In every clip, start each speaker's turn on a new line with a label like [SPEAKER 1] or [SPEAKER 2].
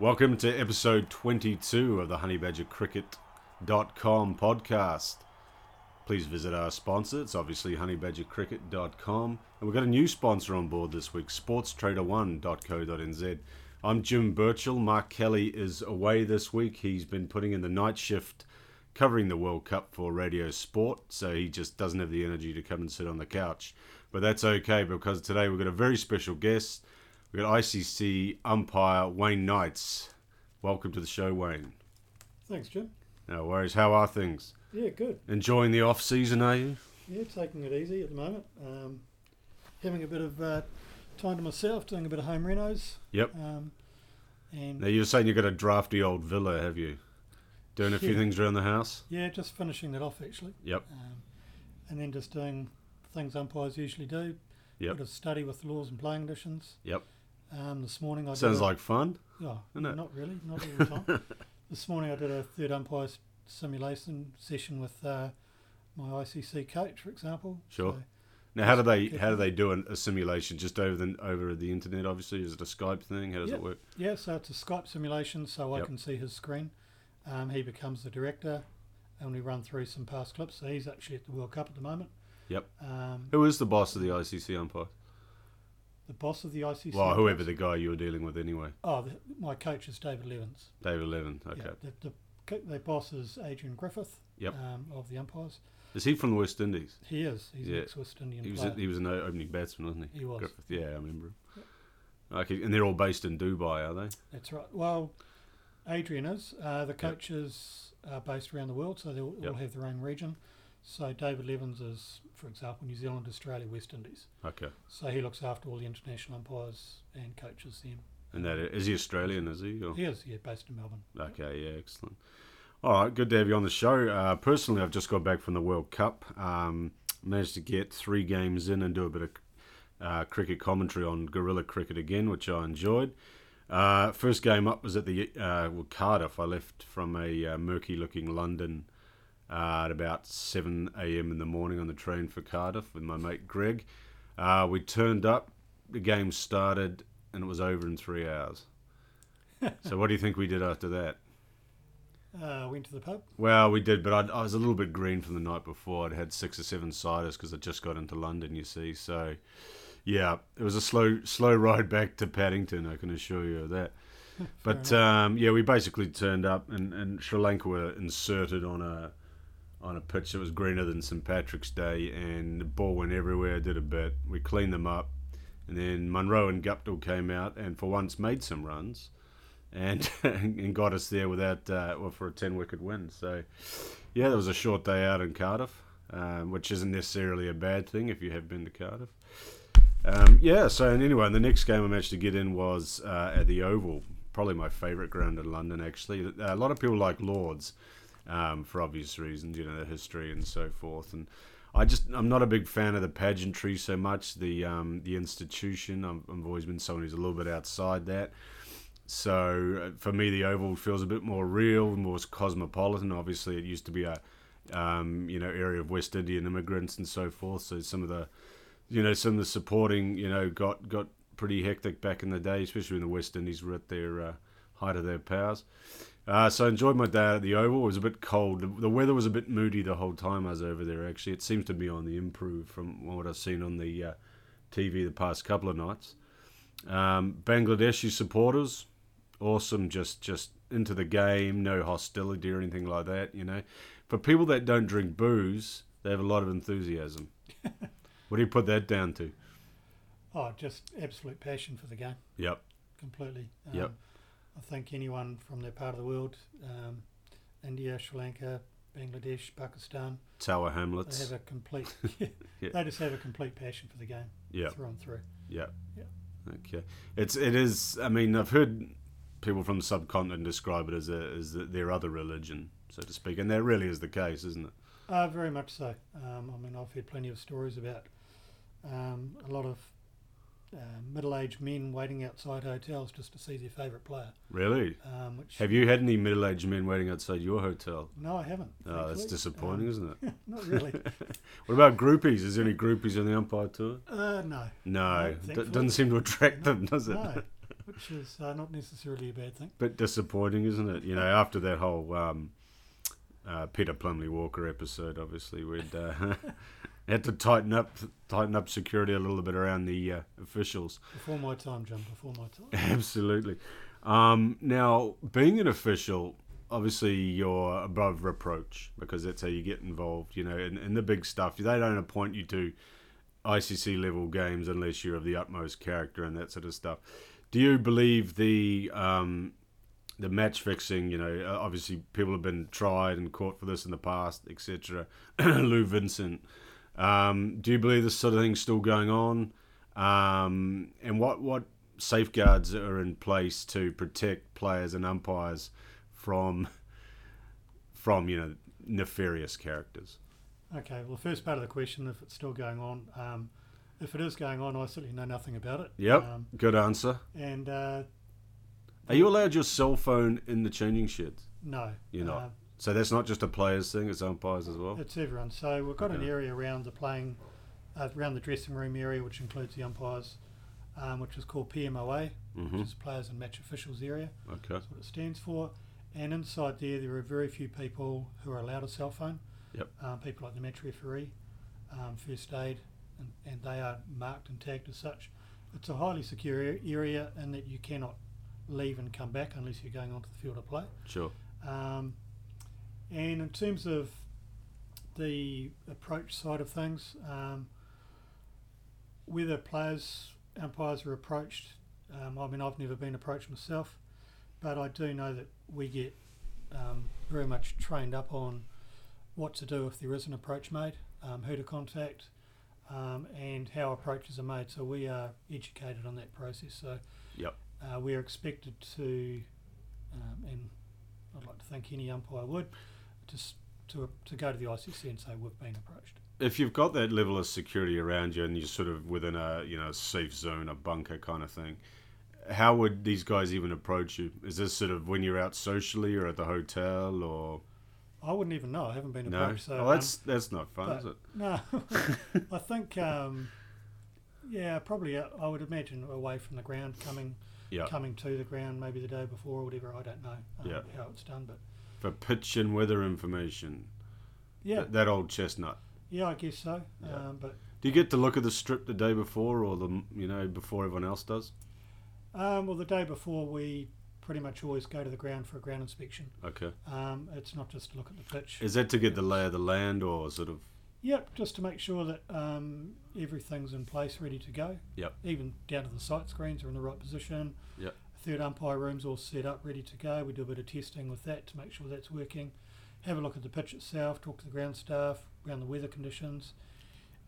[SPEAKER 1] Welcome to episode 22 of the honeybadgercricket.com podcast. Please visit our sponsor. It's obviously honeybadgercricket.com. And we've got a new sponsor on board this week, sportstrader1.co.nz. I'm Jim Birchall. Mark Kelly is away this week. He's been putting in the night shift covering the World Cup for Radio Sport, so he just doesn't have the energy to come and sit on the couch. But that's okay because today we've got a very special guest. We've got ICC umpire Wayne Knights. Welcome to the show, Wayne.
[SPEAKER 2] Thanks, Jim.
[SPEAKER 1] No worries. How are things?
[SPEAKER 2] Yeah, good.
[SPEAKER 1] Enjoying the off season, are you?
[SPEAKER 2] Yeah, taking it easy at the moment. Um, having a bit of uh, time to myself, doing a bit of home renos.
[SPEAKER 1] Yep.
[SPEAKER 2] Um, and
[SPEAKER 1] Now you're saying you've got a drafty old villa, have you? Doing a few
[SPEAKER 2] Yeah.
[SPEAKER 1] things around the house.
[SPEAKER 2] yeah, just finishing that off actually.
[SPEAKER 1] Yep.
[SPEAKER 2] Um, and then just doing things umpires usually do.
[SPEAKER 1] Yep.
[SPEAKER 2] Bit of study with the laws and playing conditions.
[SPEAKER 1] Yep.
[SPEAKER 2] Um, this morning I did
[SPEAKER 1] Sounds
[SPEAKER 2] a-
[SPEAKER 1] like fun.
[SPEAKER 2] oh,
[SPEAKER 1] isn't it?
[SPEAKER 2] not really, not all the time. this morning I did a third umpire s- simulation session with uh, my ICC coach, for example.
[SPEAKER 1] Sure.
[SPEAKER 2] So,
[SPEAKER 1] Now, how do they
[SPEAKER 2] Good
[SPEAKER 1] how do they do an, a simulation? Just over the over the internet, obviously. Is it a Skype thing? How does
[SPEAKER 2] Yep.
[SPEAKER 1] it work?
[SPEAKER 2] Yeah, so it's a Skype simulation, so
[SPEAKER 1] Yep.
[SPEAKER 2] I can see his screen. Um, he becomes the director, and we run through some past clips. So he's actually at the World Cup at the moment.
[SPEAKER 1] Yep.
[SPEAKER 2] Um,
[SPEAKER 1] Who is the boss of the ICC umpire?
[SPEAKER 2] the boss of the ICC.
[SPEAKER 1] Well, whoever the guy you were dealing with, anyway.
[SPEAKER 2] Oh, the, my coach is David Levens.
[SPEAKER 1] David Levin. Okay.
[SPEAKER 2] Yeah, the, the, co- the boss is Adrian Griffith.
[SPEAKER 1] Yep.
[SPEAKER 2] Um, of the umpires,
[SPEAKER 1] Is he from the West Indies?
[SPEAKER 2] he is. He's
[SPEAKER 1] Yeah.
[SPEAKER 2] an ex-West Indian
[SPEAKER 1] He was
[SPEAKER 2] player.
[SPEAKER 1] he was an o- opening batsman, wasn't he?
[SPEAKER 2] He was.
[SPEAKER 1] Griffith. Yeah, I remember him. Okay, and they're all based in Dubai, are they?
[SPEAKER 2] That's right. Well, Adrian is. Uh, the coaches are based around the world, so they all,
[SPEAKER 1] Yep.
[SPEAKER 2] all have their own region. So David Levens is, for example, New Zealand, Australia, West Indies.
[SPEAKER 1] Okay.
[SPEAKER 2] So he looks after all the international umpires and coaches them.
[SPEAKER 1] And that is he Australian? Is he? Or?
[SPEAKER 2] He is, yeah, based in Melbourne.
[SPEAKER 1] Okay, yeah, excellent. All right, good to have you on the show. Uh, personally, I've just got back from the World Cup. Um, managed to get three games in and do a bit of uh, cricket commentary on guerrilla cricket again, which I enjoyed. Uh, first game up was at the uh, well, Cardiff. I left from a uh, murky-looking London uh, at about 7 a.m. in the morning on the train for Cardiff with my mate Greg. Uh, we turned up, the game started, and it was over in three hours. so, what do you think we did after that?
[SPEAKER 2] Uh, went to the pub.
[SPEAKER 1] Well, we did, but I'd, I was a little bit green from the night before. I'd had six or seven ciders because I just got into London, you see. So, yeah, it was a slow, slow ride back to Paddington. I can assure you of that. But um, yeah, we basically turned up, and, and Sri Lanka were inserted on a on a pitch that was greener than St Patrick's Day, and the ball went everywhere. Did a bit. We cleaned them up, and then Munro and Guptill came out, and for once made some runs, and and got us there without uh, well, for a ten wicket win. So yeah, that was a short day out in Cardiff, um, which isn't necessarily a bad thing if you have been to Cardiff. Um, yeah, so and anyway, the next game I managed to get in was uh, at the Oval, probably my favourite ground in London, actually. Uh, A lot of people like Lords um, for obvious reasons, you know, the history and so forth. And I just, I'm not a big fan of the pageantry so much, the um, the institution. I'm, I've always been someone who's a little bit outside that. So uh, for me, the Oval feels a bit more real, more cosmopolitan. Obviously, it used to be a um, you know area of West Indian immigrants and so forth. So some of the you know some of the supporting you know got got pretty hectic back in the day, especially when the West Indies were at their uh, height of their powers. Uh, so I enjoyed my day out at the Oval. It was a bit cold. The, the weather was a bit moody the whole time I was over there. Actually, it seems to be on the improve from what I've seen on the uh, TV the past couple of nights. Um, Bangladeshi supporters, awesome. Just just into the game, no hostility or anything like that. You know, for people that don't drink booze, they have a lot of enthusiasm. what do you put that down to?
[SPEAKER 2] Oh, just absolute passion for the game,
[SPEAKER 1] Yep.
[SPEAKER 2] completely. Um,
[SPEAKER 1] Yep.
[SPEAKER 2] I think anyone from that part of the world, um, India, Sri Lanka, Bangladesh, Pakistan,
[SPEAKER 1] Tower
[SPEAKER 2] they
[SPEAKER 1] Hamlets.
[SPEAKER 2] have a complete. They just have a complete passion for the game
[SPEAKER 1] Yeah.
[SPEAKER 2] through and through.
[SPEAKER 1] Yeah.
[SPEAKER 2] Yeah.
[SPEAKER 1] Okay. It's it is. I mean, I've heard people from the subcontinent describe it as a, as their other religion, so to speak, and that really is the case, isn't it?
[SPEAKER 2] Uh, very much so. Um, I mean, I've heard plenty of stories about um, a lot of uh, middle-aged men waiting outside hotels just to see their favourite player.
[SPEAKER 1] Really.
[SPEAKER 2] Um, which
[SPEAKER 1] Have you had any middle-aged men waiting outside your hotel?
[SPEAKER 2] no, I haven't.
[SPEAKER 1] Oh, that's
[SPEAKER 2] thankfully.
[SPEAKER 1] disappointing, isn't it?
[SPEAKER 2] Um, not really.
[SPEAKER 1] What about groupies? Is there any groupies on the umpire tour?
[SPEAKER 2] Uh, no,
[SPEAKER 1] No, d-
[SPEAKER 2] thankfully.
[SPEAKER 1] doesn't seem to attract them, does it?
[SPEAKER 2] no. which is uh, not necessarily a bad thing.
[SPEAKER 1] Bit disappointing, isn't it? You know, after that whole um, uh, Peter Plumley Walker episode, obviously we'd uh, had to tighten up tighten up security a little bit around the uh, officials.
[SPEAKER 2] Before my time, John. Before my time.
[SPEAKER 1] Absolutely. Um, now, being an official, obviously you're above reproach because that's how you get involved. You know, in, in the big stuff, they don't appoint you to ICC level games unless you're of the utmost character and that sort of stuff. Do you believe the um, the match fixing? You know, uh, obviously people have been tried and caught for this in the past, etc. Lou Vincent. Um, do you believe this sort of thing's still going on? Um, and what what safeguards are in place to protect players and umpires from from you know nefarious characters?
[SPEAKER 2] Okay. Well, first part of the question, if it's still going on, um, if it is going on, I certainly know nothing about it.
[SPEAKER 1] Yep,
[SPEAKER 2] Um,
[SPEAKER 1] good answer.
[SPEAKER 2] and uh,
[SPEAKER 1] Are you allowed your cell phone in the changing sheds?
[SPEAKER 2] no,
[SPEAKER 1] You're
[SPEAKER 2] uh,
[SPEAKER 1] not. So that's not just a players thing; it's umpires as well.
[SPEAKER 2] It's everyone. So we've got an
[SPEAKER 1] Okay.
[SPEAKER 2] area around the playing, uh, around the dressing room area, which includes the umpires, um, which is called PMOA,
[SPEAKER 1] hmm
[SPEAKER 2] which is Players and Match Officials Area.
[SPEAKER 1] Okay.
[SPEAKER 2] That's what it stands for. And inside there, there are very few people who are allowed a cell phone.
[SPEAKER 1] Yep.
[SPEAKER 2] Um, people like the match referee, um, first aid, and, and they are marked and tagged as such. It's a highly secure a- area in that you cannot leave and come back unless you're going onto the field of play.
[SPEAKER 1] Sure.
[SPEAKER 2] Um, and in terms of the approach side of things, um, whether players, umpires are approached, um, I mean, I've never been approached myself, but I do know that we get um, very much trained up on what to do if there is an approach made, um, who to contact, um, and how approaches are made. So we are educated on that process. So
[SPEAKER 1] Yep.
[SPEAKER 2] uh, we are expected to, um, and I'd like to think any umpire would, just to, to go to the ICC and say we've been approached.
[SPEAKER 1] If you've got that level of security around you and you're sort of within a you know safe zone, a bunker kind of thing, how would these guys even approach you? Is this sort of when you're out socially or at the hotel or
[SPEAKER 2] I wouldn't even know. I haven't been
[SPEAKER 1] no?
[SPEAKER 2] approached. So
[SPEAKER 1] oh, that's that's not fun,
[SPEAKER 2] but-
[SPEAKER 1] is it?
[SPEAKER 2] um, no. I think um, yeah, probably uh, I would imagine away from the ground, coming
[SPEAKER 1] Yeah.
[SPEAKER 2] coming to the ground maybe the day before or whatever. I don't know um,
[SPEAKER 1] Yeah.
[SPEAKER 2] how it's done, but
[SPEAKER 1] For pitch and weather information,
[SPEAKER 2] yeah,
[SPEAKER 1] Th- that old chestnut.
[SPEAKER 2] yeah, I guess so.
[SPEAKER 1] Yeah.
[SPEAKER 2] Um, but
[SPEAKER 1] Do you get to look at the strip the day before or the you know before everyone else does?
[SPEAKER 2] um, well, the day before we pretty much always go to the ground for a ground inspection.
[SPEAKER 1] Okay.
[SPEAKER 2] Um, it's not just to look at the pitch.
[SPEAKER 1] Is that to get the lay of the land or sort of
[SPEAKER 2] Yep, just to make sure that um, everything's in place, ready to go.
[SPEAKER 1] Yep.
[SPEAKER 2] Even down to the sight screens are in the right position.
[SPEAKER 1] Yep.
[SPEAKER 2] Third umpire room's all set up, ready to go. We do a bit of testing with that to make sure that's working. Have a look at the pitch itself, talk to the ground staff around the weather conditions,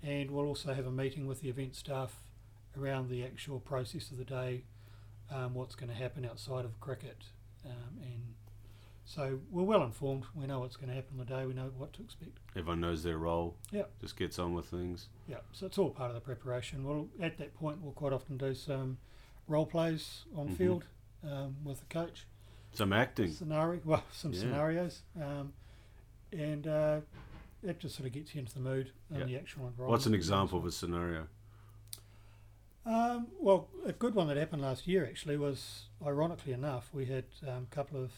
[SPEAKER 2] and we'll also have a meeting with the event staff around the actual process of the day, um, what's going to happen outside of cricket, um, and so we're well informed. We know what's going to happen on the day. We know what to expect.
[SPEAKER 1] everyone knows their role?
[SPEAKER 2] Yep.
[SPEAKER 1] Just gets on with things.
[SPEAKER 2] Yeah, so it's all part of the preparation. Well, at that point, we'll quite often do some role plays on
[SPEAKER 1] Mhm.
[SPEAKER 2] field um, with the coach.
[SPEAKER 1] Some acting.
[SPEAKER 2] Scenario, well, some
[SPEAKER 1] Yeah.
[SPEAKER 2] scenarios, um, and uh, it just sort of gets you into the mood and
[SPEAKER 1] Yeah.
[SPEAKER 2] the actual environment.
[SPEAKER 1] What's an example of a scenario?
[SPEAKER 2] Um, well, a good one that happened last year actually was, ironically enough, we had um, a couple of,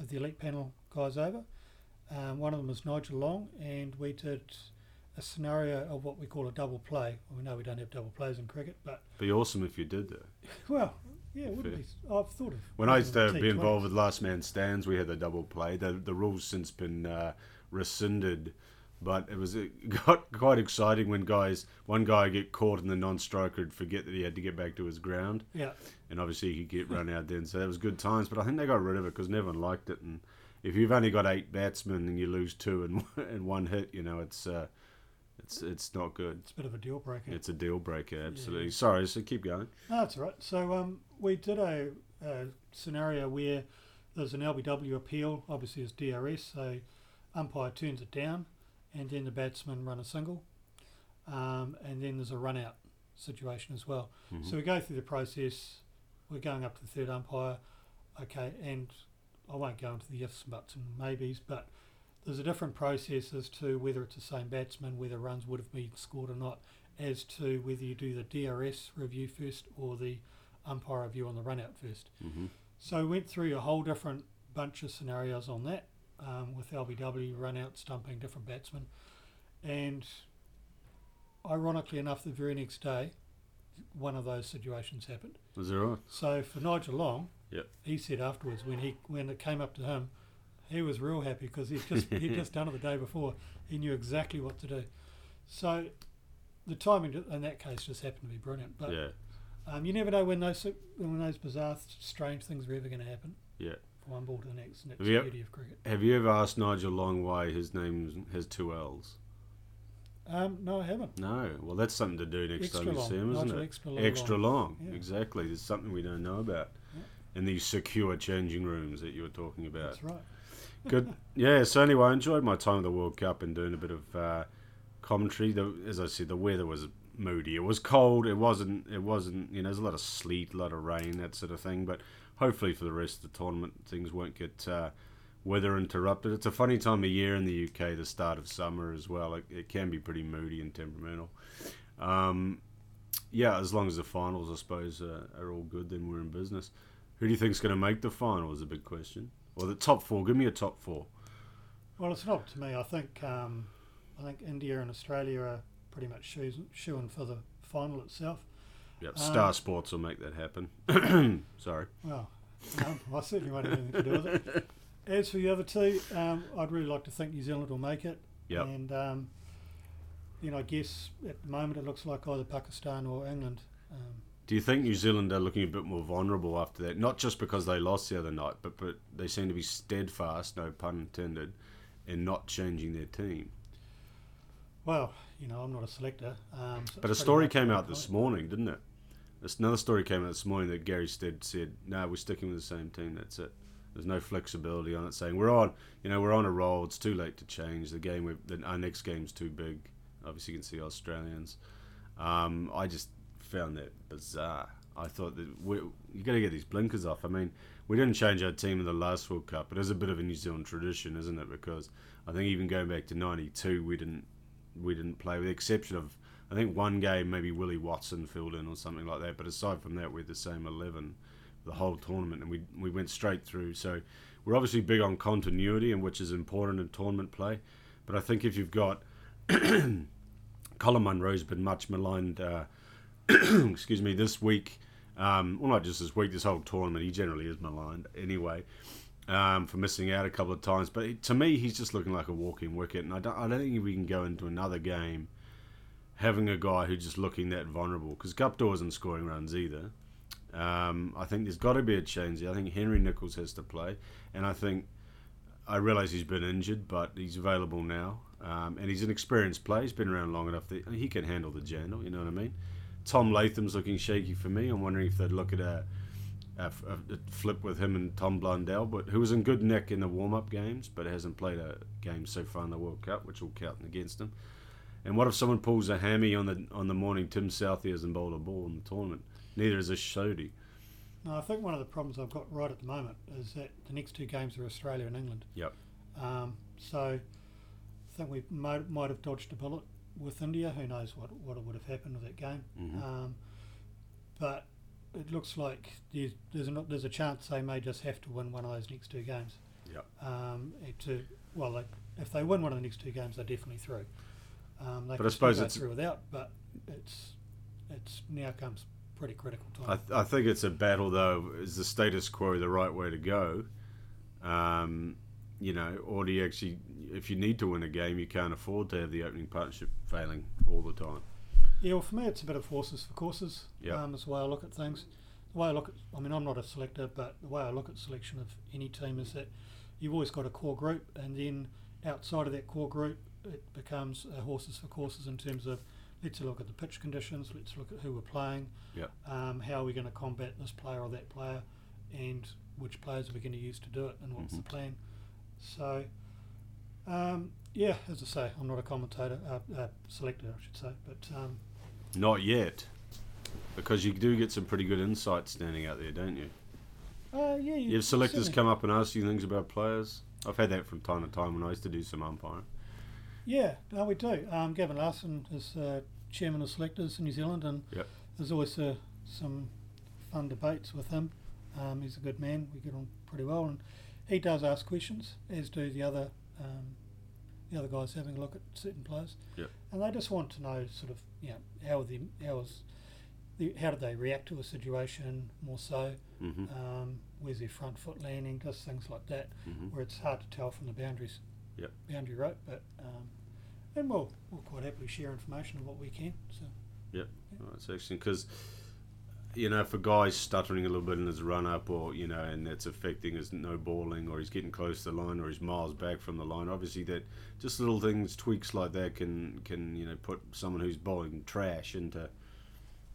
[SPEAKER 2] of the elite panel guys over. Um, one of them was Nigel Long, and we did a scenario of what we call a double play. Well, we know we don't have double plays in cricket, but
[SPEAKER 1] Be awesome if you did that.
[SPEAKER 2] Well, yeah, it would be. I've thought of.
[SPEAKER 1] When I used to
[SPEAKER 2] T20s.
[SPEAKER 1] be involved with Last Man Stands, we had the double play. The the rule's since been uh, rescinded, but it was it got quite exciting when guys one guy get caught and the non-striker would forget that he had to get back to his ground,
[SPEAKER 2] Yeah,
[SPEAKER 1] and obviously he could get run out then. So that was good times. But I think they got rid of it because no one liked it. And if you've only got eight batsmen and you lose two and and one hit, you know it's uh, it's it's not good.
[SPEAKER 2] it's a bit of a deal breaker.
[SPEAKER 1] It's a deal breaker. Absolutely. Sorry. So keep going.
[SPEAKER 2] No, that's all right. So um, we did a, a scenario where there's an LBW appeal. Obviously, it's DRS, so umpire turns it down, and then the batsman run a single, um, and then there's a run out situation as well.
[SPEAKER 1] Mhm.
[SPEAKER 2] So we go through the process. We're going up to the third umpire. Okay, and I won't go into the ifs, buts, and maybes, but there's a different process as to whether it's the same batsman, whether runs would have been scored or not, as to whether you do the DRS review first or the umpire a view on the run out first.
[SPEAKER 1] hmm
[SPEAKER 2] So we went through a whole different bunch of scenarios on that um, with LBW run out stumping different batsmen, and ironically enough, the very next day, one of those situations happened.
[SPEAKER 1] Was that right?
[SPEAKER 2] So for Nigel Long,
[SPEAKER 1] Yep.
[SPEAKER 2] he said afterwards when he when it came up to him, he was real happy because he'd just he'd just done it the day before. He knew exactly what to do. So the timing in that case just happened to be brilliant. But
[SPEAKER 1] yeah.
[SPEAKER 2] um, you never know when those si- when those bizarre, strange things are ever going to happen.
[SPEAKER 1] Yeah.
[SPEAKER 2] From one ball to the next, and that's
[SPEAKER 1] Yep.
[SPEAKER 2] the beauty of cricket.
[SPEAKER 1] Have you ever asked Nigel Long why his name has two L's?
[SPEAKER 2] Um, no, I haven't.
[SPEAKER 1] No. Well, that's something to do next
[SPEAKER 2] Extra
[SPEAKER 1] time you
[SPEAKER 2] long.
[SPEAKER 1] see him, isn't
[SPEAKER 2] Nigel
[SPEAKER 1] it?
[SPEAKER 2] extra long
[SPEAKER 1] Extra
[SPEAKER 2] long.
[SPEAKER 1] long.
[SPEAKER 2] Yeah.
[SPEAKER 1] Exactly. There's something we don't know about.
[SPEAKER 2] Yeah.
[SPEAKER 1] In these secure changing rooms that you were talking about.
[SPEAKER 2] That's right.
[SPEAKER 1] Good. Yeah. So anyway, I enjoyed my time at the World Cup and doing a bit of uh, commentary. The, as I said, the weather was moody. It was cold. It wasn't. It wasn't. You know, there's a lot of sleet, a lot of rain, that sort of thing. But hopefully for the rest of the tournament, things won't get uh, weather interrupted. It's a funny time of year in the UK. The start of summer as well. It, it can be pretty moody and temperamental. Um, yeah, as long as the finals, I suppose, uh, are all good, then we're in business. Who do you think's going to make the final? Is a big question. Or the top four. Give me a top four.
[SPEAKER 2] Well, it's not up to me. I think um, I think India and Australia are pretty much shoes shooing for the final itself.
[SPEAKER 1] Yep.
[SPEAKER 2] Um,
[SPEAKER 1] Star Sports will make that happen. Sorry.
[SPEAKER 2] Well, um, I certainly won't have anything to do with it. As for the other two, um, I'd really like to think New Zealand will make it.
[SPEAKER 1] Yep.
[SPEAKER 2] And um, then I guess at the moment it looks like either Pakistan or England. Um,
[SPEAKER 1] Do you think New Zealand are looking a bit more vulnerable after that? Not just because they lost the other night, but but they seem to be steadfast, no pun intended, in not changing their team.
[SPEAKER 2] well, you know, I'm not a selector. Um, so
[SPEAKER 1] But a
[SPEAKER 2] it's pretty
[SPEAKER 1] story
[SPEAKER 2] much
[SPEAKER 1] came
[SPEAKER 2] my
[SPEAKER 1] out this
[SPEAKER 2] comment.
[SPEAKER 1] morning, didn't it? There's another story came out this morning that Gary Stead said, "No, we're sticking with the same team. That's it. There's no flexibility on it." Saying we're on, you know, we're on a roll. It's too late to change the game. we the, our next game's too big. Obviously, you can see Australians. Um, I just found that bizarre. I thought that we, you got to get these blinkers off. I mean, we didn't change our team in the last World Cup. It is a bit of a New Zealand tradition, isn't it? Because I think even going back to '92, we didn't we didn't play, with the exception of I think one game maybe Willie Watson filled in or something like that. But aside from that, we're the same eleven the whole tournament, and we we went straight through. So we're obviously big on continuity, and which is important in tournament play. But I think if you've got Colin Munro's been much maligned, uh, excuse me, this week. Um, well, not just this week, this whole tournament. He generally is maligned anyway um, for missing out a couple of times. But it, to me, he's just looking like a walking wicket, and I don't, I don't think we can go into another game having a guy who's just looking that vulnerable because Gupta isn't scoring runs either. Um, I think there's got to be a change. there. I think Henry Nichols has to play, and I think I realise he's been injured, but he's available now, um, and he's an experienced player. He's been around long enough that he can handle the journal. You know what I mean? Tom Latham's looking shaky for me. I'm wondering if they'd look at a, a, a flip with him and Tom Blundell, but who was in good nick in the warm-up games, but hasn't played a game so far in the World Cup, which will count against him. And what if someone pulls a hammy on the on the morning Tim Southey hasn't bowled a ball in the tournament? Neither is a Shoddy.
[SPEAKER 2] No, I think one of the problems I've got right at the moment is that the next two games are Australia and England.
[SPEAKER 1] Yep.
[SPEAKER 2] Um, so I think we might, might have dodged a bullet with India. Who knows what, what would have happened with that game.
[SPEAKER 1] Mhm.
[SPEAKER 2] Um, but it looks like there's, there's, a, there's a chance they may just have to win one of those next two games.
[SPEAKER 1] Yep.
[SPEAKER 2] Um, and to, well, they, if they win one of the next two games, they're definitely through. Um, they
[SPEAKER 1] But I
[SPEAKER 2] can still
[SPEAKER 1] suppose
[SPEAKER 2] go
[SPEAKER 1] it's-
[SPEAKER 2] through without, but it's, it's now comes pretty critical time.
[SPEAKER 1] I, th- I think it's a battle though. Is the status quo the right way to go? Um, you know, or do you actually, if you need to win a game, you can't afford to have the opening partnership failing all the time.
[SPEAKER 2] Yeah, well, for me, it's a bit of horses for courses.
[SPEAKER 1] Yeah.
[SPEAKER 2] Um, is the way I look at things. The way I look at, I mean, I'm not a selector, but the way I look at selection of any team is that you've always got a core group, and then outside of that core group, it becomes a horses for courses in terms of let's look at the pitch conditions, let's look at who we're playing,
[SPEAKER 1] Yeah.
[SPEAKER 2] um, how are we going to combat this player or that player, and which players are we going to use to do it, and what's
[SPEAKER 1] Mm-hmm.
[SPEAKER 2] the plan. So, um, yeah, as I say, I'm not a commentator, uh, uh, selector, I should say, but. Um,
[SPEAKER 1] Not yet, because you do get some pretty good insight standing out there, don't you?
[SPEAKER 2] Uh, yeah, you
[SPEAKER 1] You have selectors
[SPEAKER 2] certainly-
[SPEAKER 1] come up and ask you things about players. I've had that from time to time when I used to do some umpiring.
[SPEAKER 2] Yeah, no, we do. Um, Gavin Larson is uh, chairman of selectors in New Zealand, and
[SPEAKER 1] Yep.
[SPEAKER 2] there's always uh, some fun debates with him. Um, he's a good man. We get on pretty well, and he does ask questions, as do the other um, the other guys having a look at certain players.
[SPEAKER 1] Yep.
[SPEAKER 2] And they just want to know sort of you know how the how is the, how do they react to a situation more so?
[SPEAKER 1] Mm-hmm.
[SPEAKER 2] Um, where's their front foot landing? Just things like that,
[SPEAKER 1] Mm-hmm.
[SPEAKER 2] where it's hard to tell from the boundaries.
[SPEAKER 1] Yep.
[SPEAKER 2] Boundary rope, but um, and we'll we'll quite happily share information of what we can. So
[SPEAKER 1] Oh, that's excellent because you know if a guy's stuttering a little bit in his run up or you know and that's affecting his no balling or he's getting close to the line or he's miles back from the line obviously that just little things tweaks like that can can you know put someone who's bowling trash into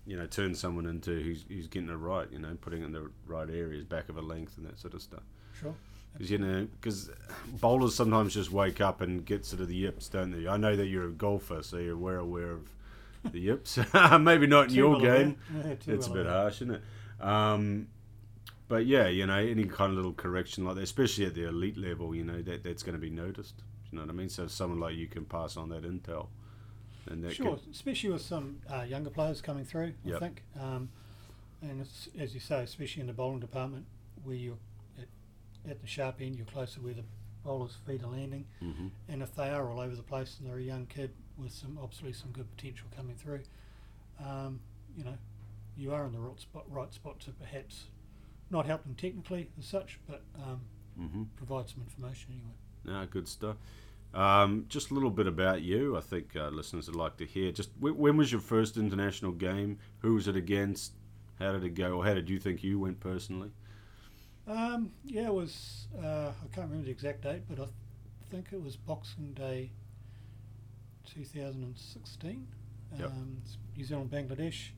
[SPEAKER 1] you know turn someone into who's, who's getting it right you know putting it in the right areas back of a length and that sort of stuff
[SPEAKER 2] sure.
[SPEAKER 1] because you know, 'cause bowlers sometimes just wake up and get sort of the yips, don't they? I know that you're a golfer, so you're well aware of the yips. Maybe not in
[SPEAKER 2] Too
[SPEAKER 1] your
[SPEAKER 2] well
[SPEAKER 1] game.
[SPEAKER 2] aware. Yeah, too
[SPEAKER 1] It's a
[SPEAKER 2] well
[SPEAKER 1] bit
[SPEAKER 2] aware.
[SPEAKER 1] harsh, isn't it? Um, but yeah, you know, any kind of little correction like that, especially at the elite level, you know, that that's going to be noticed. You know what I mean? So if someone like you can pass on that intel, and that
[SPEAKER 2] Sure,
[SPEAKER 1] could-
[SPEAKER 2] especially with some uh, younger players coming through, I
[SPEAKER 1] Yep.
[SPEAKER 2] think. Um, and it's, as you say, especially in the bowling department, where you're at, at the sharp end, you're closer where the bowler's feet are landing.
[SPEAKER 1] Mhm.
[SPEAKER 2] And if they are all over the place and they're a young kid with some obviously some good potential coming through, um, you know, you are in the right spot, right spot to perhaps not help them technically as such, but um,
[SPEAKER 1] Mhm.
[SPEAKER 2] provide some information anyway.
[SPEAKER 1] No, good stuff. Um, just a little bit about you. I think uh, listeners would like to hear. Just w- when was your first international game? Who was it against? How did it go? Or how did you think you went personally?
[SPEAKER 2] Um, yeah, it was. Uh, I can't remember the exact date, but I th- think it was Boxing Day 2016.
[SPEAKER 1] Yep.
[SPEAKER 2] Um, it's New Zealand Bangladesh.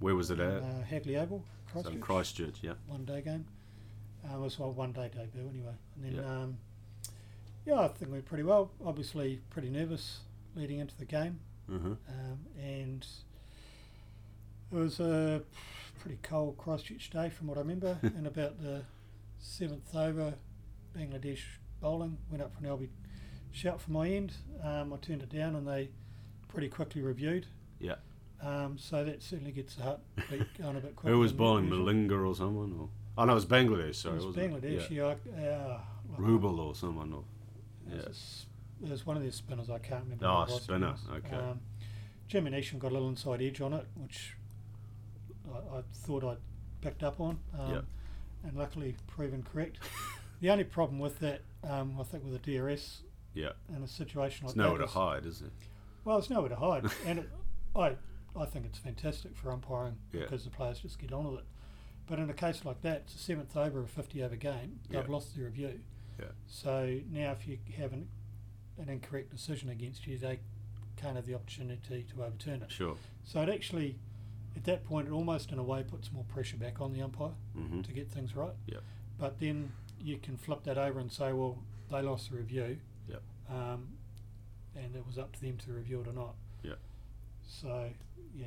[SPEAKER 1] Where was it
[SPEAKER 2] in,
[SPEAKER 1] at?
[SPEAKER 2] Uh, Hagley Oval,
[SPEAKER 1] It's in
[SPEAKER 2] Christchurch.
[SPEAKER 1] Christchurch, yeah.
[SPEAKER 2] One day game. Um, it was my one day debut anyway. And then,
[SPEAKER 1] Yep.
[SPEAKER 2] um, yeah, I think we went pretty well. Obviously, pretty nervous leading into the game.
[SPEAKER 1] Uh-huh.
[SPEAKER 2] Um, and it was a pretty cold Christchurch day from what I remember. and about the seventh over, Bangladesh bowling went up for an LB shout from my end. Um, I turned it down and they pretty quickly reviewed.
[SPEAKER 1] Yeah.
[SPEAKER 2] Um, so that certainly gets the heart beat going a bit quicker.
[SPEAKER 1] Who was
[SPEAKER 2] than
[SPEAKER 1] bowling?
[SPEAKER 2] usual.
[SPEAKER 1] Malinga or someone? Or oh no, it was Bangladesh. Sorry,
[SPEAKER 2] it was
[SPEAKER 1] wasn't it?
[SPEAKER 2] Bangladesh.
[SPEAKER 1] Yeah.
[SPEAKER 2] Yeah. uh, like,
[SPEAKER 1] Rubel or someone. Or,
[SPEAKER 2] it was
[SPEAKER 1] yeah.
[SPEAKER 2] a s- It was one of their spinners. I can't remember.
[SPEAKER 1] Ah,
[SPEAKER 2] who it was, to be
[SPEAKER 1] spinner,
[SPEAKER 2] honest.
[SPEAKER 1] okay.
[SPEAKER 2] Um, Jimmy Nation got a little inside edge on it, which I, I thought I picked up on, um,
[SPEAKER 1] Yep.
[SPEAKER 2] and luckily proven correct. the only problem with that, um, I think, with the DRS
[SPEAKER 1] Yeah.
[SPEAKER 2] in a situation like
[SPEAKER 1] It's nowhere
[SPEAKER 2] that,
[SPEAKER 1] to
[SPEAKER 2] is-
[SPEAKER 1] hide, is it?
[SPEAKER 2] well, there's nowhere to hide, and it, I, I think it's fantastic for umpiring
[SPEAKER 1] Yeah.
[SPEAKER 2] because the players just get on with it. But in a case like that, it's a seventh over of a fifty over game. They've
[SPEAKER 1] Yeah.
[SPEAKER 2] lost their review.
[SPEAKER 1] Yeah.
[SPEAKER 2] So now, if you have an, an incorrect decision against you, they can't have the opportunity to overturn it.
[SPEAKER 1] Sure.
[SPEAKER 2] So it actually, at that point, it almost in a way puts more pressure back on the umpire
[SPEAKER 1] Mm-hmm.
[SPEAKER 2] to get things right.
[SPEAKER 1] Yep.
[SPEAKER 2] But then you can flip that over and say, well, they lost the review.
[SPEAKER 1] Yep.
[SPEAKER 2] Um, and it was up to them to review it or not.
[SPEAKER 1] Yep.
[SPEAKER 2] So, yeah.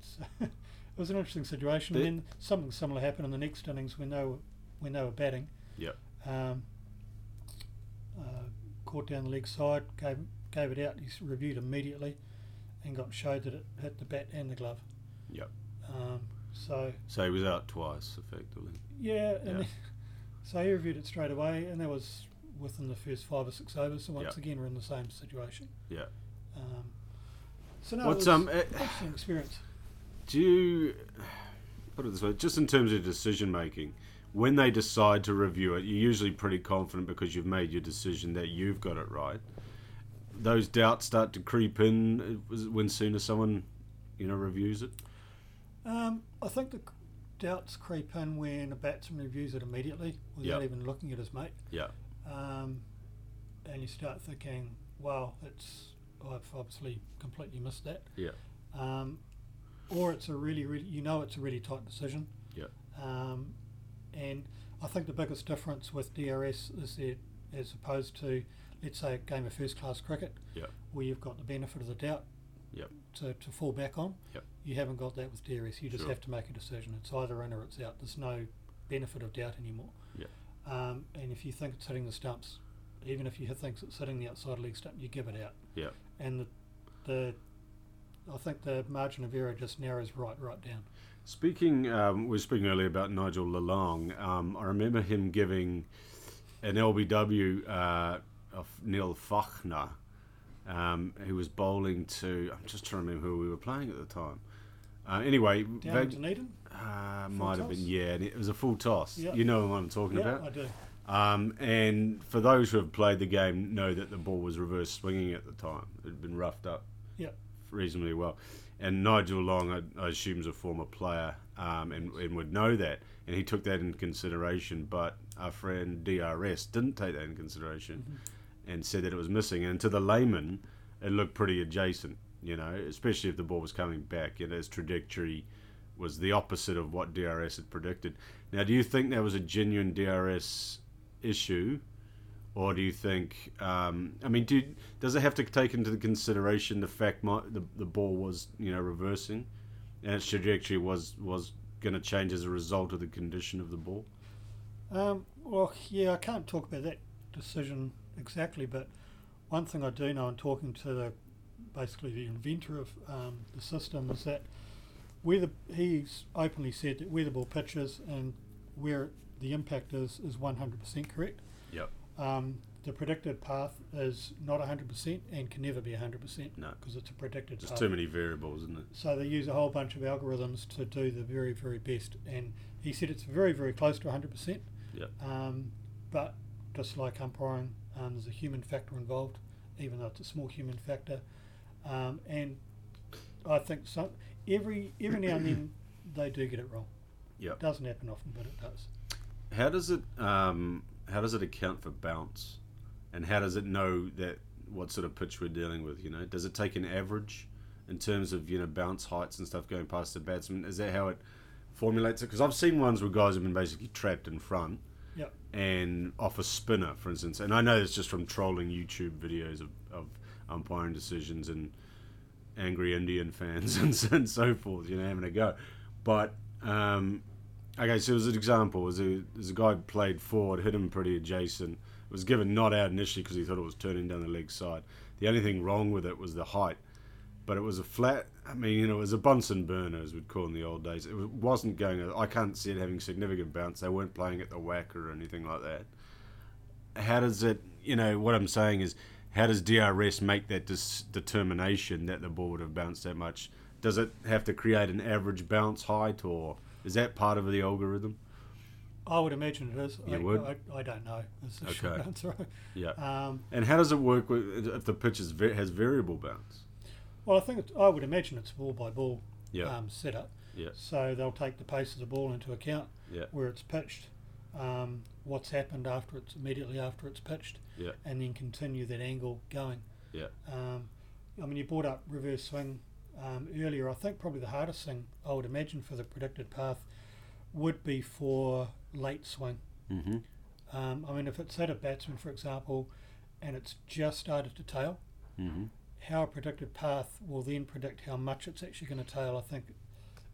[SPEAKER 2] So it was an interesting situation.
[SPEAKER 1] The-
[SPEAKER 2] then something similar happened in the next innings when they were when they were batting.
[SPEAKER 1] Yep.
[SPEAKER 2] Um, uh, caught down the leg side, gave gave it out. He's reviewed immediately, and got showed that it hit the bat and the glove.
[SPEAKER 1] Yep.
[SPEAKER 2] Um, so
[SPEAKER 1] So he was out twice, effectively.
[SPEAKER 2] yeah, and
[SPEAKER 1] Yeah.
[SPEAKER 2] Then, so he reviewed it straight away, and that was within the first five or six overs. So once
[SPEAKER 1] Yeah.
[SPEAKER 2] again, we're in the same situation.
[SPEAKER 1] Yeah.
[SPEAKER 2] Um, so no,
[SPEAKER 1] What's
[SPEAKER 2] it was
[SPEAKER 1] um?
[SPEAKER 2] an
[SPEAKER 1] eh,
[SPEAKER 2] interesting experience.
[SPEAKER 1] Do you put it this way, just in terms of decision making, when they decide to review it, you're usually pretty confident because you've made your decision that you've got it right. Those doubts start to creep in uh, when soon as someone, you know, reviews it.
[SPEAKER 2] Um, I think the c- doubts creep in when a batsman reviews it immediately without
[SPEAKER 1] Yeah.
[SPEAKER 2] even looking at his mate.
[SPEAKER 1] Yeah.
[SPEAKER 2] Um, and you start thinking, wow, it's I've obviously completely missed that.
[SPEAKER 1] Yeah.
[SPEAKER 2] Um, or it's a really, really, you know, it's a really tight decision.
[SPEAKER 1] Yeah.
[SPEAKER 2] Um, and I think the biggest difference with DRS is that, as opposed to, let's say, a game of first class cricket,
[SPEAKER 1] Yeah.
[SPEAKER 2] where you've got the benefit of the doubt
[SPEAKER 1] Yep.
[SPEAKER 2] to, to fall back on,
[SPEAKER 1] Yep.
[SPEAKER 2] you haven't got that with DRS. You just
[SPEAKER 1] Sure.
[SPEAKER 2] have to make a decision. It's either in or it's out. There's no benefit of doubt anymore.
[SPEAKER 1] Yep.
[SPEAKER 2] Um, and if you think it's hitting the stumps, even if you think it's hitting the outside leg stump, you give it out.
[SPEAKER 1] Yep.
[SPEAKER 2] And the, the I think the margin of error just narrows right, right down.
[SPEAKER 1] Speaking, um, we were speaking earlier about Nigel Lalong. Um, I remember him giving an LBW uh, of Neil Fachner, um, who was bowling to. I'm just trying to remember who we were playing at the time. Uh, anyway,
[SPEAKER 2] Down
[SPEAKER 1] Vag-
[SPEAKER 2] in Dunedin?
[SPEAKER 1] uh,
[SPEAKER 2] Full
[SPEAKER 1] might have
[SPEAKER 2] toss?
[SPEAKER 1] been yeah. and It was a full toss.
[SPEAKER 2] Yeah.
[SPEAKER 1] You know what I'm talking
[SPEAKER 2] Yeah,
[SPEAKER 1] about.
[SPEAKER 2] I do.
[SPEAKER 1] Um, and for those who have played the game, know that the ball was reverse swinging at the time. It had been roughed up
[SPEAKER 2] Yeah.
[SPEAKER 1] reasonably well. And Nigel Long, I, I assume, is a former player um, and, and would know that. And he took that into consideration, but our friend DRS didn't take that into consideration and said that it was missing. And to the layman, it looked pretty adjacent, you know, especially if the ball was coming back. You know, its trajectory was the opposite of what DRS had predicted. Now, do you think that was a genuine DRS issue? or do you think? Um, I mean, do does it have to take into the consideration the fact my, the the ball was you know reversing, and its trajectory was was going to change as a result of the condition of the ball?
[SPEAKER 2] Um, well, yeah, I can't talk about that decision exactly, but one thing I do know in talking to the, basically the inventor of um, the system is that where the, he's openly said that where the ball pitches and where the impact is is 100% correct.
[SPEAKER 1] Yep.
[SPEAKER 2] Um, the predicted path is not 100% and can never be 100%
[SPEAKER 1] No,
[SPEAKER 2] because it's a predicted
[SPEAKER 1] there's
[SPEAKER 2] path.
[SPEAKER 1] too many variables, isn't it?
[SPEAKER 2] So they use a whole bunch of algorithms to do the very, very best. And he said it's very, very close to 100%.
[SPEAKER 1] Yep.
[SPEAKER 2] Um, but just like umpiring, um, there's a human factor involved, even though it's a small human factor. Um, and I think some, every every now and then they do get it wrong.
[SPEAKER 1] Yep.
[SPEAKER 2] Doesn't happen often, but it does.
[SPEAKER 1] How does it um, how does it account for bounce, and how does it know that what sort of pitch we're dealing with? You know, does it take an average in terms of you know bounce heights and stuff going past the batsman? Is that how it formulates it? Because I've seen ones where guys have been basically trapped in front.
[SPEAKER 2] Yep.
[SPEAKER 1] And off a spinner, for instance, and I know it's just from trolling YouTube videos of, of umpiring decisions and angry Indian fans and, so- and so forth, you know, having a go. But um, okay, so as an example, was a, there's a guy who played forward, hit him pretty adjacent. Was given not out initially because he thought it was turning down the leg side. The only thing wrong with it was the height, but it was a flat. I mean, you know, it was a Bunsen burner as we'd call in the old days. It wa- wasn't going. I can't see it having significant bounce. They weren't playing at the whack or anything like that how does it you know what i'm saying is how does drs make that dis- determination that the ball would have bounced that much does it have to create an average bounce height or is that part of the algorithm
[SPEAKER 2] I would imagine it is.
[SPEAKER 1] You
[SPEAKER 2] I,
[SPEAKER 1] would?
[SPEAKER 2] I, I don't know. Is the short
[SPEAKER 1] Okay.
[SPEAKER 2] answer.
[SPEAKER 1] yeah
[SPEAKER 2] Um,
[SPEAKER 1] and how does it work with, if the pitch is, va- has variable bounce
[SPEAKER 2] Well, I think it's, I would imagine it's ball by ball
[SPEAKER 1] Yeah.
[SPEAKER 2] um, setup.
[SPEAKER 1] Yeah.
[SPEAKER 2] So they'll take the pace of the ball into account.
[SPEAKER 1] Yeah.
[SPEAKER 2] Where it's pitched, um, what's happened after it's immediately after it's pitched.
[SPEAKER 1] Yeah.
[SPEAKER 2] And then continue that angle going.
[SPEAKER 1] Yeah.
[SPEAKER 2] Um, I mean, you brought up reverse swing um, earlier. I think probably the hardest thing I would imagine for the predicted path would be for late swing.
[SPEAKER 1] mm-hmm
[SPEAKER 2] Um, I mean, if it's at a batsman, for example, and it's just started to tail,
[SPEAKER 1] mm-hmm
[SPEAKER 2] how a predicted path will then predict how much it's actually going to tail, I think,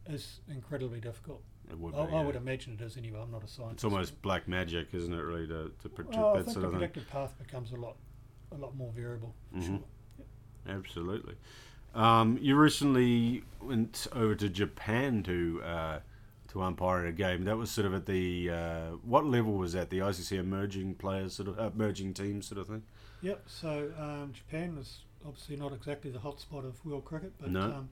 [SPEAKER 2] is incredibly difficult.
[SPEAKER 1] it would be,
[SPEAKER 2] Oh, I, I
[SPEAKER 1] yeah.
[SPEAKER 2] would imagine it is anyway. I'm not a scientist.
[SPEAKER 1] it's almost black magic isn't it really to, to predict
[SPEAKER 2] Well, I
[SPEAKER 1] that
[SPEAKER 2] think
[SPEAKER 1] sort
[SPEAKER 2] the
[SPEAKER 1] of thing
[SPEAKER 2] predicted path becomes a lot, a lot more variable. for
[SPEAKER 1] Mhm.
[SPEAKER 2] Sure.
[SPEAKER 1] Absolutely. Um, you recently went over to Japan to uh, to umpire a game. That was sort of at the uh, what level was that? The ICC emerging players sort of uh, emerging teams sort of thing.
[SPEAKER 2] Yep. So um, Japan was obviously not exactly the hotspot of world cricket, but
[SPEAKER 1] No.
[SPEAKER 2] um,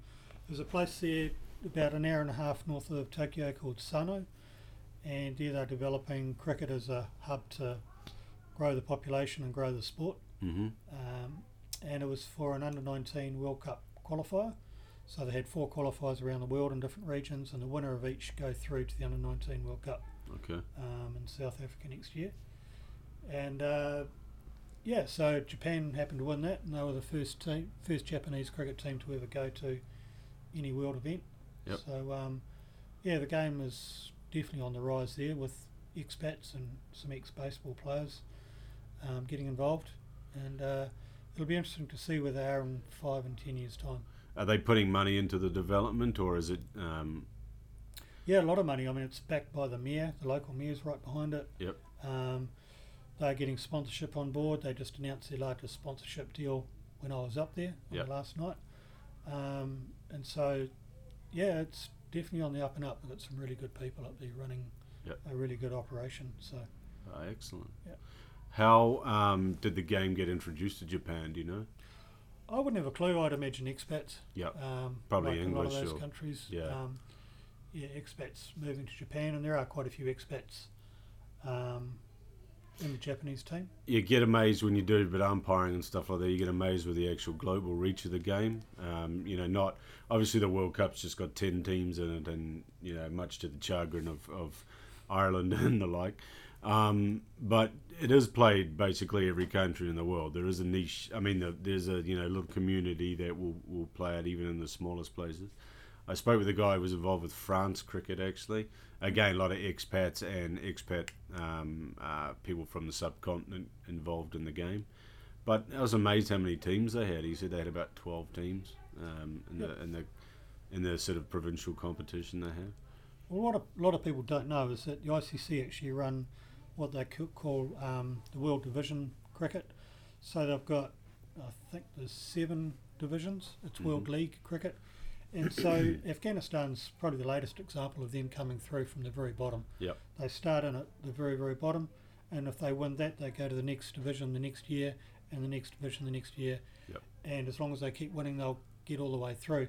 [SPEAKER 2] there's a place there about an hour and a half north of Tokyo called Sano, and there they're developing cricket as a hub to grow the population and grow the sport.
[SPEAKER 1] Mm-hmm.
[SPEAKER 2] um, and it was for an under 19 World Cup qualifier. So they had four qualifiers around the world in different regions, and the winner of each go through to the under 19 World Cup
[SPEAKER 1] Okay.
[SPEAKER 2] um, in South Africa next year. And uh, yeah, so Japan happened to win that, and they were the first team, first Japanese cricket team to ever go to any world event.
[SPEAKER 1] Yep.
[SPEAKER 2] So um, yeah, the game is definitely on the rise there with expats and some ex-baseball players um, getting involved, and uh, it'll be interesting to see where they are in five and ten years' time.
[SPEAKER 1] Are they putting money into the development, or is it? Um,
[SPEAKER 2] Yeah, a lot of money. I mean, it's backed by the mayor. The local mayor's right behind it.
[SPEAKER 1] Yep.
[SPEAKER 2] Um, they're getting sponsorship on board. They just announced their largest sponsorship deal when I was up there on
[SPEAKER 1] Yep.
[SPEAKER 2] the last night. Um, and so, yeah, it's definitely on the up and up. We've got some really good people up there running
[SPEAKER 1] Yep.
[SPEAKER 2] a really good operation. So
[SPEAKER 1] Oh, excellent.
[SPEAKER 2] Yeah.
[SPEAKER 1] How um, did the game get introduced to Japan? Do you know?
[SPEAKER 2] I wouldn't have a clue. I'd imagine expats.
[SPEAKER 1] Yep.
[SPEAKER 2] Um,
[SPEAKER 1] Probably
[SPEAKER 2] like A lot of
[SPEAKER 1] English
[SPEAKER 2] those
[SPEAKER 1] or-
[SPEAKER 2] countries.
[SPEAKER 1] yeah.
[SPEAKER 2] Um, yeah, expats moving to Japan, and there are quite a few expats um, in the Japanese team.
[SPEAKER 1] You get amazed when you do, but umpiring and stuff like that, you get amazed with the actual global reach of the game. Um, you know, not obviously the World Cup's just got ten teams in it, and you know, much to the chagrin of, of Ireland and the like. Um, but it is played basically every country in the world. There is a niche. I mean, the, there's a you know little community that will will play it even in the smallest places. I spoke with a guy who was involved with France cricket actually. Again, a lot of expats and expat um, uh, people from the subcontinent involved in the game. But I was amazed how many teams they had. He said they had about twelve teams um, in the in the in the sort of provincial competition they have.
[SPEAKER 2] Well, what a lot of people don't know is that the ICC actually run what they ca- call um, the World Division Cricket. So they've got, I think, there's seven divisions. It's
[SPEAKER 1] Mm-hmm.
[SPEAKER 2] World League Cricket. And so Afghanistan's probably the latest example of them coming through from the very bottom.
[SPEAKER 1] Yep.
[SPEAKER 2] They start in at the very, very bottom, and if they win that, they go to the next division the next year, and the next division the next year.
[SPEAKER 1] Yep.
[SPEAKER 2] And as long as they keep winning, they'll get all the way through.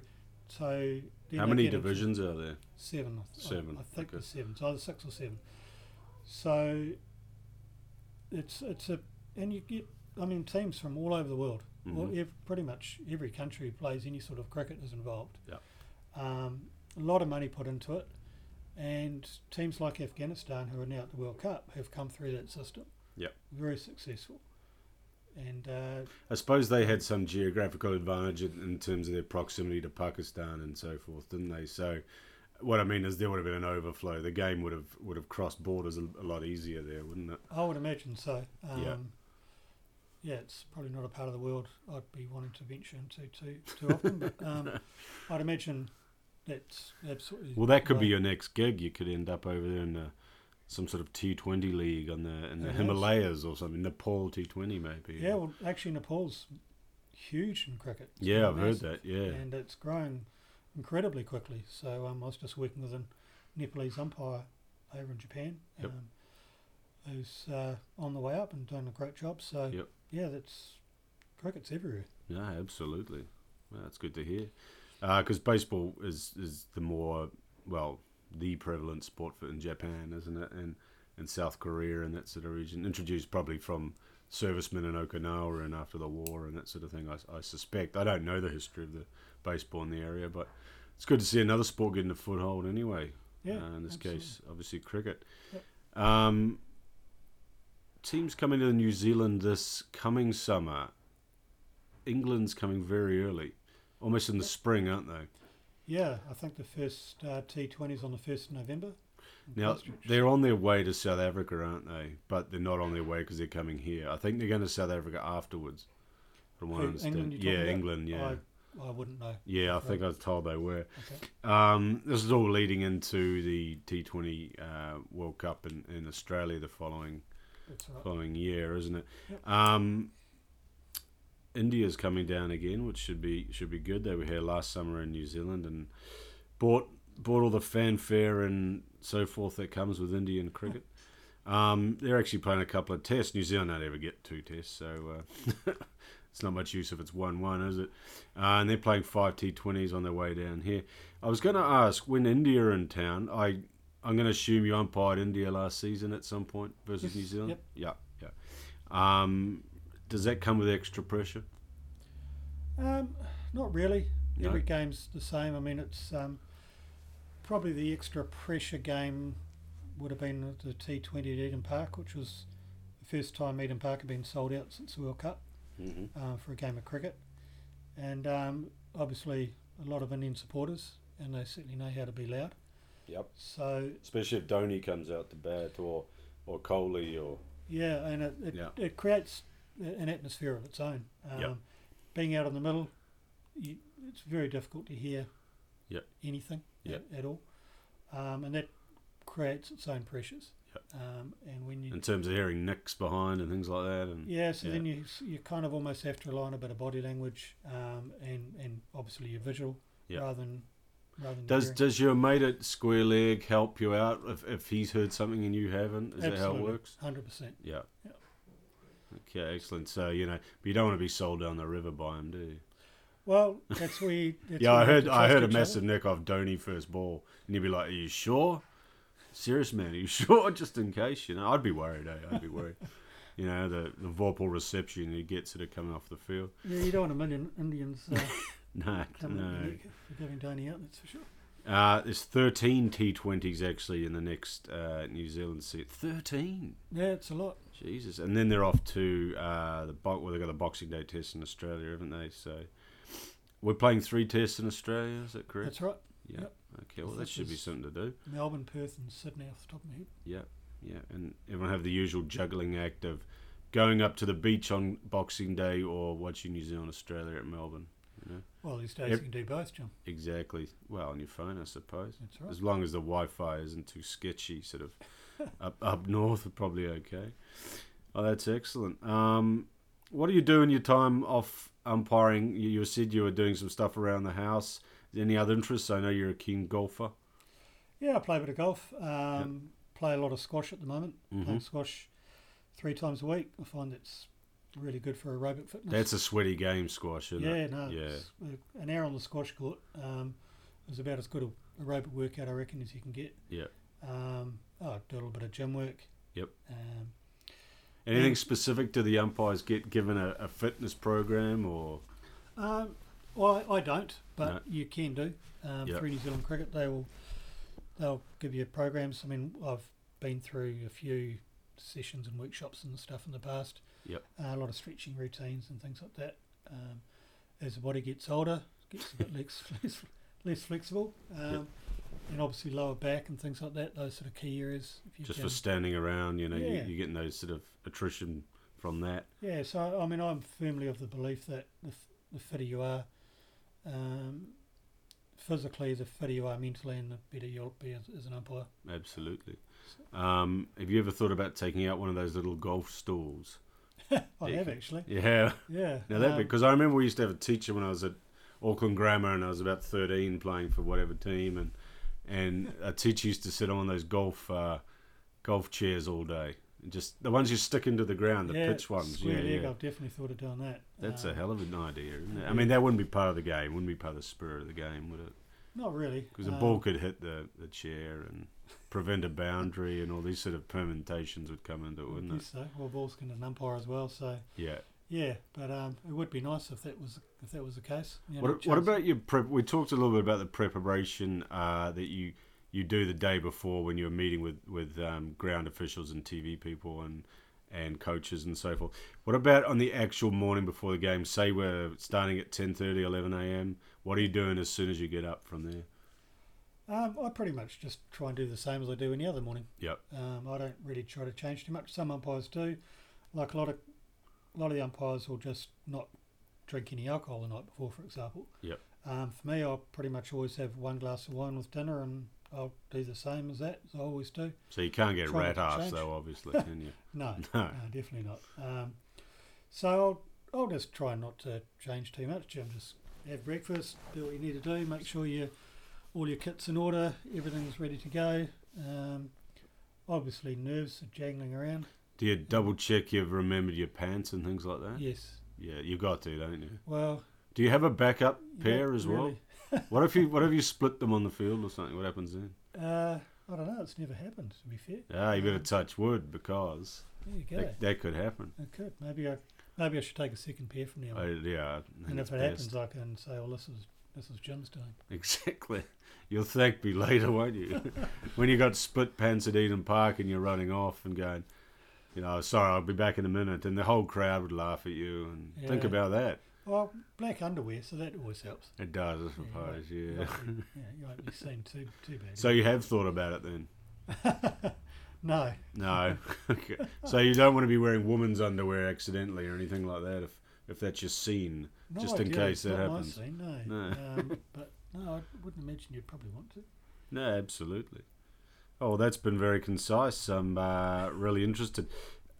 [SPEAKER 2] So then
[SPEAKER 1] how
[SPEAKER 2] they
[SPEAKER 1] many
[SPEAKER 2] get into-
[SPEAKER 1] divisions are there?
[SPEAKER 2] Seven. I th- I-
[SPEAKER 1] Seven,
[SPEAKER 2] I think
[SPEAKER 1] okay.
[SPEAKER 2] it's seven. It's either six or seven. So it's it's a and you get I mean teams from all over the world. Well,
[SPEAKER 1] Mhm.
[SPEAKER 2] ev- pretty much every country who plays any sort of cricket is involved.
[SPEAKER 1] Yep.
[SPEAKER 2] Um, a lot of money put into it, and teams like Afghanistan, who are now at the World Cup, have come through that system.
[SPEAKER 1] Yep.
[SPEAKER 2] Very successful. And uh,
[SPEAKER 1] I suppose they had some geographical advantage in, in terms of their proximity to Pakistan and so forth, didn't they? So, what I mean is there would have been an overflow. The game would have would have crossed borders a, a lot easier there, wouldn't it?
[SPEAKER 2] I would imagine so. Um,
[SPEAKER 1] Yeah.
[SPEAKER 2] yeah, it's probably not a part of the world I'd be wanting to venture into too too often, but um, I'd imagine that's absolutely.
[SPEAKER 1] Well, that could be
[SPEAKER 2] right.
[SPEAKER 1] your next gig. You could end up over there in the, some sort of T Twenty league on the in the
[SPEAKER 2] Who knows?
[SPEAKER 1] Himalayas or something. Nepal T Twenty maybe.
[SPEAKER 2] Yeah, well, actually, Nepal's huge in cricket. It's
[SPEAKER 1] yeah, I've heard
[SPEAKER 2] massive.
[SPEAKER 1] that. Yeah,
[SPEAKER 2] and it's growing incredibly quickly. So um, I was just working with a Nepalese umpire over in Japan,
[SPEAKER 1] Yep.
[SPEAKER 2] um, who's uh, on the way up and doing a great job. So
[SPEAKER 1] Yep.
[SPEAKER 2] yeah, that's cricket's everywhere.
[SPEAKER 1] No, absolutely. Well, that's good to hear. Because baseball is, is the more, well, the prevalent sport for, in Japan, isn't it? And, and South Korea and that sort of region. Introduced probably from servicemen in Okinawa and after the war and that sort of thing, I, I suspect. I don't know the history of the baseball in the area, but it's good to see another sport getting a foothold anyway.
[SPEAKER 2] Yeah,
[SPEAKER 1] uh, in this
[SPEAKER 2] absolutely.
[SPEAKER 1] case, obviously cricket.
[SPEAKER 2] Yep.
[SPEAKER 1] Um, teams coming to New Zealand this coming summer. England's coming very early, almost in the spring, aren't they?
[SPEAKER 2] Yeah, I think the first uh, T20 is on the 1st of November. in
[SPEAKER 1] Now
[SPEAKER 2] Christchurch.
[SPEAKER 1] they're on their way to South Africa, aren't they? But they're not on their way because they're coming here. I think they're going to South Africa afterwards. From what I
[SPEAKER 2] Who,
[SPEAKER 1] understand,
[SPEAKER 2] England you're
[SPEAKER 1] yeah,
[SPEAKER 2] talking about?
[SPEAKER 1] England, yeah,
[SPEAKER 2] I, I wouldn't know.
[SPEAKER 1] yeah. I
[SPEAKER 2] Right.
[SPEAKER 1] think I was told they were.
[SPEAKER 2] Okay.
[SPEAKER 1] Um, this is all leading into the T20 uh, World Cup in, in Australia the following
[SPEAKER 2] That's all right.
[SPEAKER 1] following year, isn't it?
[SPEAKER 2] Yep.
[SPEAKER 1] Um, India's coming down again, which should be should be good. They were here last summer in New Zealand and bought bought all the fanfare and so forth that comes with Indian cricket. Um, they're actually playing a couple of tests. New Zealand don't ever get two tests, so uh, it's not much use if it's one-one, is it? Uh, and they're playing five T20s on their way down here. I was going to ask when India are in town. I I'm going to assume you umpired India last season at some point versus
[SPEAKER 2] Yes,
[SPEAKER 1] New Zealand. Yep. Yeah, yeah. Um, does that come with extra pressure?
[SPEAKER 2] Um, not really.
[SPEAKER 1] No.
[SPEAKER 2] Every game's the same. I mean, it's um, probably the extra pressure game would have been the T20 at Eden Park, which was the first time Eden Park had been sold out since the World Cup
[SPEAKER 1] Mm-hmm.
[SPEAKER 2] uh, for a game of cricket. And um, obviously, a lot of Indian supporters, and they certainly know how to be loud.
[SPEAKER 1] Yep.
[SPEAKER 2] So
[SPEAKER 1] Especially if Dhoni comes out to bat or or Kohli or
[SPEAKER 2] Yeah, and it, it,
[SPEAKER 1] Yeah.
[SPEAKER 2] it creates a- an atmosphere of its own. Um,
[SPEAKER 1] Yep.
[SPEAKER 2] Being out in the middle, you, it's very difficult to hear
[SPEAKER 1] Yep.
[SPEAKER 2] anything
[SPEAKER 1] Yep.
[SPEAKER 2] at, at all, um, and that creates its own pressures. Um, and when you
[SPEAKER 1] in terms of hearing nicks behind and things like that. And
[SPEAKER 2] Yeah, so
[SPEAKER 1] Yeah.
[SPEAKER 2] then you you kind of almost have to rely on a bit of body language um, and and obviously your visual
[SPEAKER 1] Yeah.
[SPEAKER 2] rather than rather than
[SPEAKER 1] does
[SPEAKER 2] hearing.
[SPEAKER 1] does your mate at Square Leg help you out if, if he's heard something and you haven't? Is that how it
[SPEAKER 2] Absolutely.
[SPEAKER 1] works?
[SPEAKER 2] hundred percent.
[SPEAKER 1] Yeah.
[SPEAKER 2] Yeah.
[SPEAKER 1] Okay, excellent. So you know, but you don't want to be sold down the river by him, do you?
[SPEAKER 2] Well, that's we. That's
[SPEAKER 1] yeah,
[SPEAKER 2] where
[SPEAKER 1] I
[SPEAKER 2] you have
[SPEAKER 1] heard
[SPEAKER 2] to
[SPEAKER 1] I
[SPEAKER 2] trust
[SPEAKER 1] heard a
[SPEAKER 2] each other.
[SPEAKER 1] massive nick off Donny first ball, and he'd be like, "Are you sure? Serious man, are you sure? Just in case, you know." I'd be worried, eh? I'd be worried. you know, the the Vorpal reception he gets it coming off the field.
[SPEAKER 2] Yeah, you don't want a million Indians uh,
[SPEAKER 1] No,
[SPEAKER 2] coming up
[SPEAKER 1] no.
[SPEAKER 2] and giving Donny out. That's for sure.
[SPEAKER 1] Uh, there's 13 T20s actually in the next uh, New Zealand set. 13.
[SPEAKER 2] Yeah, it's a lot.
[SPEAKER 1] Jesus, and then they're off to uh, the bo- well, they've got the Boxing Day test in Australia, haven't they? So we're playing three tests in Australia. Is that correct?
[SPEAKER 2] That's right.
[SPEAKER 1] yeah.
[SPEAKER 2] yep.
[SPEAKER 1] Okay. Well, that
[SPEAKER 2] I think
[SPEAKER 1] should be
[SPEAKER 2] there's-
[SPEAKER 1] something to do.
[SPEAKER 2] Melbourne, Perth, and Sydney off the top of my head.
[SPEAKER 1] Yeah. Yeah. And everyone have the usual juggling act of going up to the beach on Boxing Day or watching New Zealand Australia at Melbourne. You know?
[SPEAKER 2] Well, these days
[SPEAKER 1] Yep.
[SPEAKER 2] you can do both, John.
[SPEAKER 1] Exactly. Well, on your phone, I suppose.
[SPEAKER 2] That's right.
[SPEAKER 1] As long as the Wi-Fi isn't too sketchy, sort of up up north, are probably okay. Oh, that's excellent. Um, what do you do in your time off umpiring? You, you said you were doing some stuff around the house. Is there Any other interests? I know you're a keen golfer.
[SPEAKER 2] Yeah, I play a bit of golf. Um, Play a lot of squash at the moment. Play
[SPEAKER 1] Mhm.
[SPEAKER 2] squash three times a week. I find it's really good for aerobic fitness.
[SPEAKER 1] That's a sweaty game, squash, isn't
[SPEAKER 2] yeah,
[SPEAKER 1] it?
[SPEAKER 2] no.
[SPEAKER 1] Yeah.
[SPEAKER 2] it's, uh, an hour on the squash court um, is about as good a aerobic workout I reckon as you can get.
[SPEAKER 1] Yeah.
[SPEAKER 2] Um, oh, I do a little bit of gym work.
[SPEAKER 1] Yep.
[SPEAKER 2] Um,
[SPEAKER 1] Anything specific do the umpires get given a, a fitness program or?
[SPEAKER 2] Um, well, I I don't, but
[SPEAKER 1] No.
[SPEAKER 2] you can do. Um,
[SPEAKER 1] Yep.
[SPEAKER 2] Through New Zealand Cricket, they will they'll give you programs. I mean, I've been through a few sessions and workshops and stuff in the past.
[SPEAKER 1] Yep.
[SPEAKER 2] Uh, a lot of stretching routines and things like that. Um, as the body gets older, it gets a bit less less, less flexible, um, and obviously lower back and things like that. Those sort of key areas. If you
[SPEAKER 1] Just
[SPEAKER 2] can-
[SPEAKER 1] for standing around, you know, you,
[SPEAKER 2] Yeah.
[SPEAKER 1] you're getting those sort of attrition from that.
[SPEAKER 2] Yeah, so I mean, I'm firmly of the belief that the, f- the fitter you are, um, physically, the fitter you are mentally, and the better you'll be as, as an umpire.
[SPEAKER 1] Absolutely. Um, have you ever thought about taking out one of those little golf stools?
[SPEAKER 2] I
[SPEAKER 1] Yeah,
[SPEAKER 2] have
[SPEAKER 1] okay.
[SPEAKER 2] actually.
[SPEAKER 1] Yeah.
[SPEAKER 2] Yeah.
[SPEAKER 1] Now that
[SPEAKER 2] um,
[SPEAKER 1] because I remember we used to have a teacher when I was at Auckland Grammar and I was about thirteen playing for whatever team and and a teacher used to sit on those golf uh, golf chairs all day. Just the ones you stick into the ground, the
[SPEAKER 2] yeah,
[SPEAKER 1] pitch ones.
[SPEAKER 2] Square
[SPEAKER 1] Yeah,
[SPEAKER 2] leg,
[SPEAKER 1] yeah.
[SPEAKER 2] I've definitely thought of doing that.
[SPEAKER 1] That's
[SPEAKER 2] Um,
[SPEAKER 1] a hell of an idea, isn't it?
[SPEAKER 2] yeah.
[SPEAKER 1] I mean, that wouldn't be part of the game, wouldn't be part of the spirit of the game, would it?
[SPEAKER 2] Not really.
[SPEAKER 1] Because the
[SPEAKER 2] um,
[SPEAKER 1] ball could hit the, the chair and prevent a boundary, and all these sort of permutations would come into it,
[SPEAKER 2] I
[SPEAKER 1] wouldn't
[SPEAKER 2] guess
[SPEAKER 1] it?
[SPEAKER 2] So. Well, balls can an umpire as well. So
[SPEAKER 1] Yeah.
[SPEAKER 2] yeah, but um, it would be nice if that was if that was the case. you know,
[SPEAKER 1] What, what
[SPEAKER 2] chance-
[SPEAKER 1] about your prep? We talked a little bit about the preparation uh, that you you do the day before when you're meeting with with um, ground officials and TV people and and coaches and so forth. What about on the actual morning before the game? Say we're starting at 10:30, 11 a.m. What are you doing as soon as you get up from there?
[SPEAKER 2] Um, I pretty much just try and do the same as I do any other morning.
[SPEAKER 1] Yep.
[SPEAKER 2] Um, I don't really try to change too much. Some umpires do, like a lot of a lot of the umpires will just not drink any alcohol the night before, for example.
[SPEAKER 1] Yep.
[SPEAKER 2] Um, for me, I'll pretty much always have one glass of wine with dinner, and I'll do the same as that as I always do.
[SPEAKER 1] So you can't get
[SPEAKER 2] Try
[SPEAKER 1] rat
[SPEAKER 2] not to
[SPEAKER 1] ass
[SPEAKER 2] change.
[SPEAKER 1] though, obviously, can you?
[SPEAKER 2] No,
[SPEAKER 1] No.
[SPEAKER 2] no, definitely not. Um, so I'll, I'll just try not to change too much. Jim, just have breakfast, do what you need to do, make sure you all your kit's in order, everything's ready to go. Um, obviously, nerves are jangling around.
[SPEAKER 1] Do you double check you've remembered your pants and things like that?
[SPEAKER 2] Yes.
[SPEAKER 1] Yeah, you've got to, don't you?
[SPEAKER 2] Well,
[SPEAKER 1] Do you have a backup
[SPEAKER 2] you
[SPEAKER 1] pair
[SPEAKER 2] don't
[SPEAKER 1] as well?
[SPEAKER 2] really-
[SPEAKER 1] What if you what if you split them on the field or something? What happens then?
[SPEAKER 2] Uh, I don't know. It's never happened. To be fair,
[SPEAKER 1] Ah, you better
[SPEAKER 2] Um,
[SPEAKER 1] touch wood because
[SPEAKER 2] there you go.
[SPEAKER 1] that, that could happen.
[SPEAKER 2] I could maybe I maybe I should take a second pair from now.
[SPEAKER 1] I,
[SPEAKER 2] on.
[SPEAKER 1] yeah, I think
[SPEAKER 2] and
[SPEAKER 1] it's
[SPEAKER 2] if it
[SPEAKER 1] best.
[SPEAKER 2] happens, I can say, "Well, this is this is Jim's doing."
[SPEAKER 1] exactly. You'll thank me later, won't you? when you got split pants at Eden Park and you're running off and going, you know, sorry, I'll be back in a minute, and the whole crowd would laugh at you and think
[SPEAKER 2] Yeah.
[SPEAKER 1] about that.
[SPEAKER 2] Well, black underwear, so that always helps.
[SPEAKER 1] It does, I
[SPEAKER 2] Yeah, you
[SPEAKER 1] suppose.
[SPEAKER 2] won't-
[SPEAKER 1] Yeah.
[SPEAKER 2] You won't be, yeah, you won't be seen too too bad.
[SPEAKER 1] So you have thought about it then?
[SPEAKER 2] no,
[SPEAKER 1] No. okay. So you don't want to be wearing women's underwear accidentally or anything like that if if that's your scene.
[SPEAKER 2] no
[SPEAKER 1] Just in
[SPEAKER 2] idea.
[SPEAKER 1] case
[SPEAKER 2] It's
[SPEAKER 1] that
[SPEAKER 2] not my
[SPEAKER 1] happens.
[SPEAKER 2] scene, no.
[SPEAKER 1] No.
[SPEAKER 2] Um, but no, I wouldn't imagine you'd probably want to.
[SPEAKER 1] No, absolutely. Oh, that's been very concise. I'm uh, really interested.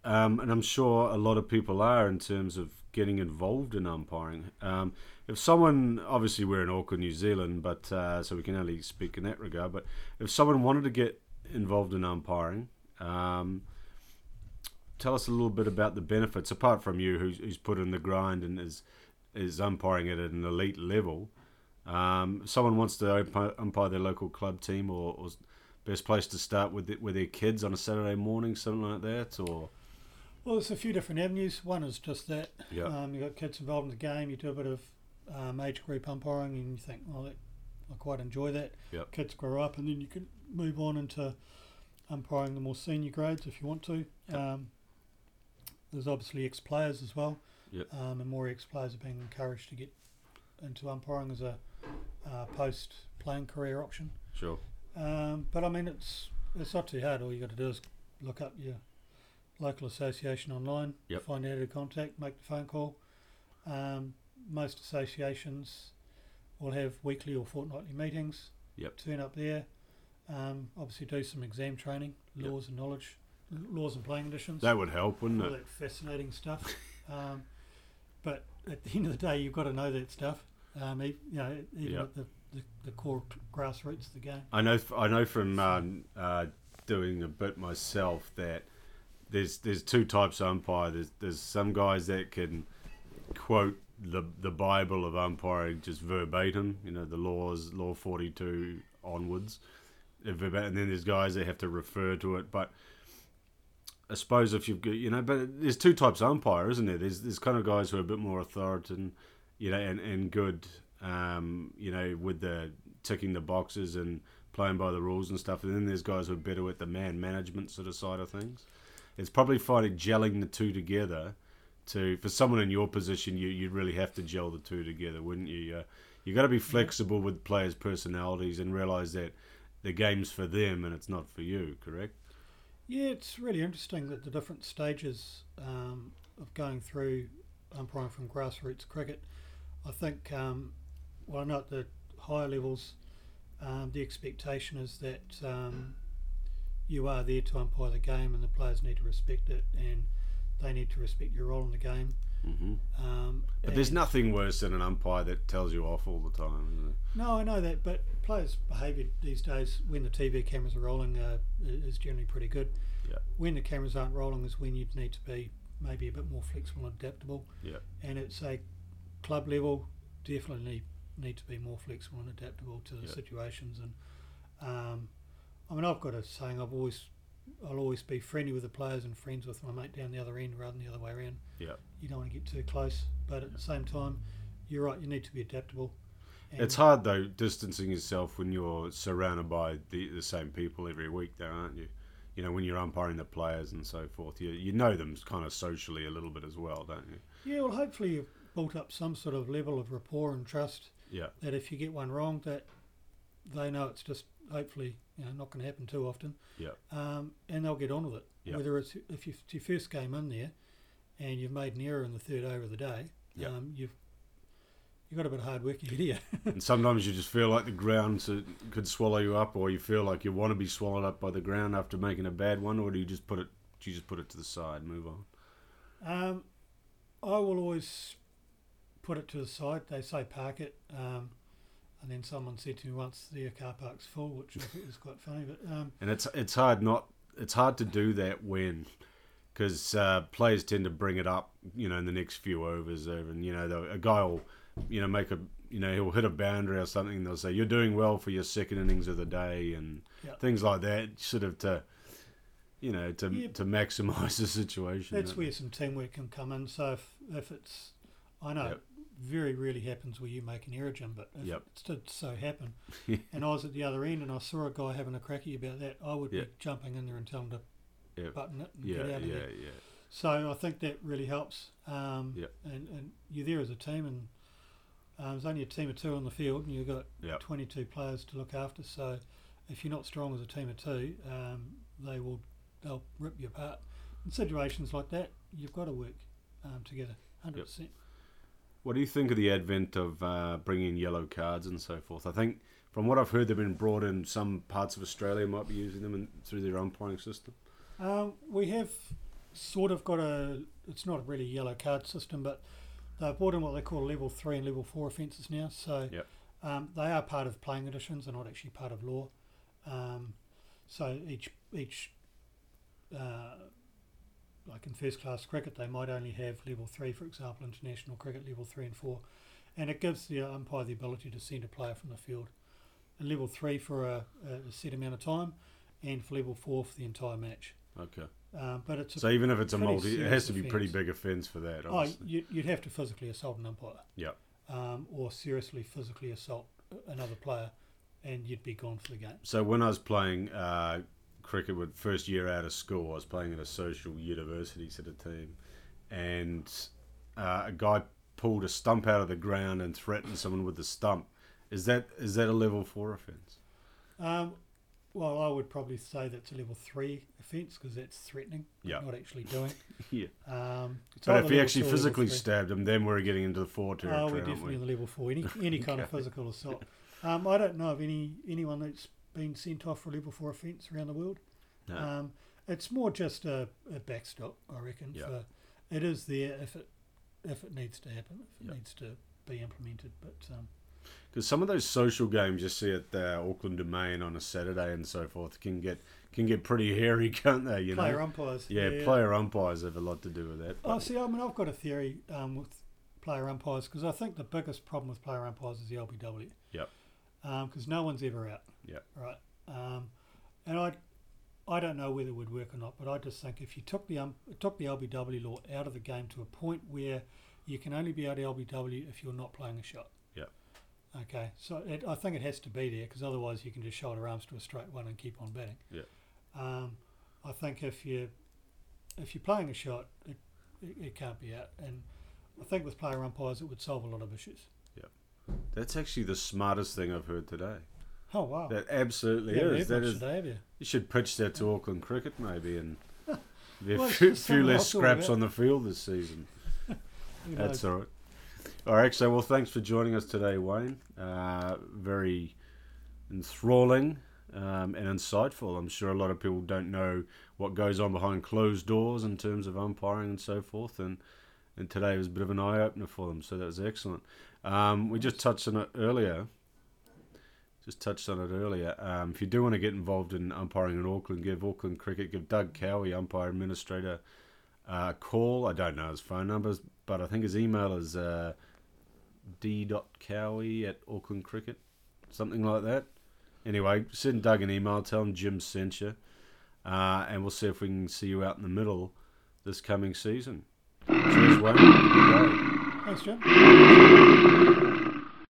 [SPEAKER 1] Um, and I'm sure a lot of people are in terms of getting involved in umpiring. Um, if someone, obviously, we're in Auckland, New Zealand, but uh, so we can only speak in that regard. But if someone wanted to get involved in umpiring, um, tell us a little bit about the benefits, apart from you, who's, who's put in the grind and is is umpiring at an elite level. Um, if someone wants to umpi- umpire their local club team, or, or best place to start with it, with their kids on a Saturday morning, something like that, or
[SPEAKER 2] Well, there's a few different avenues. One is just that
[SPEAKER 1] Yeah.
[SPEAKER 2] um, you got kids involved in the game. You do a bit of um, age group umpiring, and you think, well, that, I quite enjoy that.
[SPEAKER 1] Yep.
[SPEAKER 2] Kids grow up, and then you can move on into umpiring the more senior grades if you want to. Um, there's obviously ex-players as well,
[SPEAKER 1] Yep.
[SPEAKER 2] um, and more ex-players are being encouraged to get into umpiring as a uh, post-playing career option.
[SPEAKER 1] sure.
[SPEAKER 2] Um, but I mean, it's it's not too hard. All you got to do is look up your local association online,
[SPEAKER 1] Yep.
[SPEAKER 2] find out who to contact, make the phone call. Um, most associations will have weekly or fortnightly meetings.
[SPEAKER 1] Yep.
[SPEAKER 2] Turn up there. Um, obviously, do some exam training,
[SPEAKER 1] Yep.
[SPEAKER 2] laws and knowledge, laws and playing conditions
[SPEAKER 1] That would help, wouldn't
[SPEAKER 2] all
[SPEAKER 1] it?
[SPEAKER 2] that fascinating stuff. um, but at the end of the day, you've got to know that stuff. Um, e- you know, even
[SPEAKER 1] Yeah.
[SPEAKER 2] at the, the, the core grassroots of the game.
[SPEAKER 1] I know, I know from um, uh, doing a bit myself that there's there's two types of umpire. There's there's some guys that can quote the the Bible of umpiring just verbatim, you know, the laws, law forty two onwards, uh, verba- and then there's guys that have to refer to it. But I suppose if you've got, you know, but there's two types of umpire, isn't there? There's there's kind of guys who are a bit more authoritarian, you know, and and good, um, you know, with the ticking the boxes and playing by the rules and stuff. And then there's guys who are better at the man management sort of side of things. It's probably finding gelling the two together. To for someone in your position, you you really have to gel the two together, wouldn't you? Uh, you got to be flexible with players' personalities and realize that the game's for them and it's not for you. Correct?
[SPEAKER 2] Yeah, it's really interesting that the different stages um, of going through umpiring from grassroots cricket. I think, um, well, I know at the higher levels, um, the expectation is that um, you are there to umpire the game and the players need to respect it and they need to respect your role in the game.
[SPEAKER 1] hmm
[SPEAKER 2] Um,
[SPEAKER 1] But there's
[SPEAKER 2] and-
[SPEAKER 1] nothing worse than an umpire that tells you off all the time. Isn't there?
[SPEAKER 2] No, I know that, but players' behaviour these days, when the TV cameras are rolling, uh, i- is generally pretty good.
[SPEAKER 1] Yeah.
[SPEAKER 2] When the cameras aren't rolling is when you'd need to be maybe a bit more flexible and adaptable.
[SPEAKER 1] Yeah.
[SPEAKER 2] And it's a club level, definitely need to be more flexible and adaptable to the
[SPEAKER 1] Yeah.
[SPEAKER 2] situations. And um, I mean, I've got a saying: I've always, I'll always be friendly with the players and friends with my mate down the other end rather than the other way around.
[SPEAKER 1] Yeah.
[SPEAKER 2] You don't want to get too close, but at the same time, you're right. You need to be adaptable. And
[SPEAKER 1] It's hard though distancing yourself when you're surrounded by the, the same people every week, though, aren't you? You know, when you're umpiring the players and so forth, you you know them kind of socially a little bit as well, don't you?
[SPEAKER 2] Yeah, well, hopefully you've built up some sort of level of rapport and trust
[SPEAKER 1] Yeah,
[SPEAKER 2] that if you get one wrong, that they know it's just hopefully you know, not going to happen too often.
[SPEAKER 1] Yeah.
[SPEAKER 2] Um, and they'll get on with it.
[SPEAKER 1] Yeah.
[SPEAKER 2] Whether it's if you, it's your first game in there and you've made an error in the third over of the day,
[SPEAKER 1] Yeah.
[SPEAKER 2] um, you've you've got a bit of hard work ahead of you.
[SPEAKER 1] and sometimes you just feel like the ground so- could swallow you up, or you feel like you want to be swallowed up by the ground after making a bad one, or do you just put it? Do you just put it to the side, move on?
[SPEAKER 2] Um, I will always put it to the side. They say park it. Um, and then someone said to me once, "Their car park's full," which I thought was quite funny. But um,
[SPEAKER 1] and it's it's hard not it's hard to do that when because uh, players tend to bring it up you know in the next few overs over and you know they'll- a guy will you know make a you know he'll hit a boundary or something and they'll say you're doing well for your second innings of the day and
[SPEAKER 2] Yeah.
[SPEAKER 1] things like that sort of to you know to
[SPEAKER 2] Yeah.
[SPEAKER 1] to maximize the situation
[SPEAKER 2] That's
[SPEAKER 1] isn't it?
[SPEAKER 2] where some teamwork can come in. So if, if it's, I know,
[SPEAKER 1] Yep.
[SPEAKER 2] it very rarely happens where you make an error, Jim, but if
[SPEAKER 1] Yep.
[SPEAKER 2] it did so happen, and I was at the other end and I saw a guy having a cracky about that, I would
[SPEAKER 1] Yeah.
[SPEAKER 2] be jumping in there and telling him to
[SPEAKER 1] Yeah.
[SPEAKER 2] button it and
[SPEAKER 1] yeah
[SPEAKER 2] get
[SPEAKER 1] yeah
[SPEAKER 2] out of
[SPEAKER 1] yeah
[SPEAKER 2] there. So I think that really helps. Um,
[SPEAKER 1] Yep.
[SPEAKER 2] and, and you're there as a team, and um, there's only a team of two on the field, and you've got
[SPEAKER 1] Yep.
[SPEAKER 2] 22 players to look after. So if you're not strong as a team of two, um, they will they'll rip you apart. In situations like that, you've got to work um, together, 100%.
[SPEAKER 1] What do you think of the advent of uh, bringing yellow cards and so forth? I think From what I've heard, they've been brought in. Some parts of Australia might be using them in, through their umpiring system.
[SPEAKER 2] Um, we have sort of got a. It's not really a yellow card system, but they've brought in what they call level three and level four offences now. So
[SPEAKER 1] Yep.
[SPEAKER 2] um, they are part of playing conditions. They're not actually part of law. Um, so each each uh, like in first class cricket, they might only have level three, for example, international cricket level three and four, and it gives the umpire the ability to send a player from the field. And level three for a, a set amount of time, and for level four for the entire match.
[SPEAKER 1] Okay.
[SPEAKER 2] Um, but it's a,
[SPEAKER 1] So even if it's a
[SPEAKER 2] pretty
[SPEAKER 1] multi, it
[SPEAKER 2] serious
[SPEAKER 1] has to be pretty
[SPEAKER 2] offence.
[SPEAKER 1] big offence for that.
[SPEAKER 2] oh,
[SPEAKER 1] Obviously.
[SPEAKER 2] you, you'd have to physically assault an umpire.
[SPEAKER 1] Yep.
[SPEAKER 2] Um, or seriously physically assault another player, and you'd be gone for the game.
[SPEAKER 1] So when I was playing uh, cricket with first year out of school, I was playing at a social university sort of team, and uh, a guy pulled a stump out of the ground and threatened someone with the stump. Is that is that a level four offence?
[SPEAKER 2] Um, well, I would probably say that's a level three offence because that's threatening, but
[SPEAKER 1] Yeah.
[SPEAKER 2] not actually doing.
[SPEAKER 1] Yeah.
[SPEAKER 2] Um, it's
[SPEAKER 1] But
[SPEAKER 2] either
[SPEAKER 1] if he
[SPEAKER 2] level
[SPEAKER 1] actually
[SPEAKER 2] two or level
[SPEAKER 1] physically
[SPEAKER 2] three.
[SPEAKER 1] stabbed him, then we're getting into the four territory,
[SPEAKER 2] Oh, we're
[SPEAKER 1] aren't
[SPEAKER 2] definitely
[SPEAKER 1] we?
[SPEAKER 2] in the level four. Any any kind of physical assault. Um, I don't know of any anyone that's been sent off for a level four offence around the world.
[SPEAKER 1] No.
[SPEAKER 2] Um, it's more just a, a backstop, I reckon.
[SPEAKER 1] Yeah.
[SPEAKER 2] For, it is there if it if it needs to happen, if it
[SPEAKER 1] Yeah.
[SPEAKER 2] needs to be implemented. But um,
[SPEAKER 1] because some of those social games you see at the Auckland Domain on a Saturday and so forth can get can get pretty hairy, can't they? You
[SPEAKER 2] player
[SPEAKER 1] know,
[SPEAKER 2] umpires.
[SPEAKER 1] yeah, player umpires have a lot to do with that.
[SPEAKER 2] Oh,
[SPEAKER 1] but-
[SPEAKER 2] see, I mean, I've got a theory um, with player umpires because I think the biggest problem with player umpires is the LBW.
[SPEAKER 1] Yep.
[SPEAKER 2] Because Um, no one's ever out.
[SPEAKER 1] Yep.
[SPEAKER 2] Right. Um, and I, I don't know whether it would work or not, but I just think if you took the um, took the LBW law out of the game to a point where you can only be out of LBW if you're not playing a shot.
[SPEAKER 1] Yep.
[SPEAKER 2] Okay, so it, I think it has to be there because otherwise you can just shoulder arms to a straight one and keep on batting.
[SPEAKER 1] Yep.
[SPEAKER 2] Um, I think if you if you're playing a shot, it, it, it can't be out. And I think with player umpires, it would solve a lot of issues.
[SPEAKER 1] That's actually the smartest thing I've heard today.
[SPEAKER 2] Oh wow!
[SPEAKER 1] That absolutely
[SPEAKER 2] You haven't
[SPEAKER 1] is.
[SPEAKER 2] heard
[SPEAKER 1] That
[SPEAKER 2] much
[SPEAKER 1] is.
[SPEAKER 2] today, have you?
[SPEAKER 1] You should pitch that to Auckland cricket maybe, and there
[SPEAKER 2] Well,
[SPEAKER 1] are
[SPEAKER 2] it's
[SPEAKER 1] few,
[SPEAKER 2] just
[SPEAKER 1] few
[SPEAKER 2] something
[SPEAKER 1] less
[SPEAKER 2] I'll talk
[SPEAKER 1] scraps
[SPEAKER 2] about.
[SPEAKER 1] on the field this season.
[SPEAKER 2] You know,
[SPEAKER 1] That's all right. All right, so well, thanks for joining us today, Wayne. Uh, very enthralling um, and insightful. I'm sure a lot of people don't know what goes on behind closed doors in terms of umpiring and so forth, and and today was a bit of an eye opener for them. So that was excellent. Um, we just touched on it earlier. Just touched on it earlier. Um, if you do want to get involved in umpiring in Auckland, give Auckland Cricket, give Doug Cowie, umpire administrator, uh, call. I don't know his phone numbers, but I think his email is uh, d.cowie at Auckland Cricket, something like that. Anyway, send Doug an email, tell him Jim sent you, uh, and we'll see if we can see you out in the middle this coming season. Cheers, Wayne. Good day.
[SPEAKER 2] Thanks, Jim.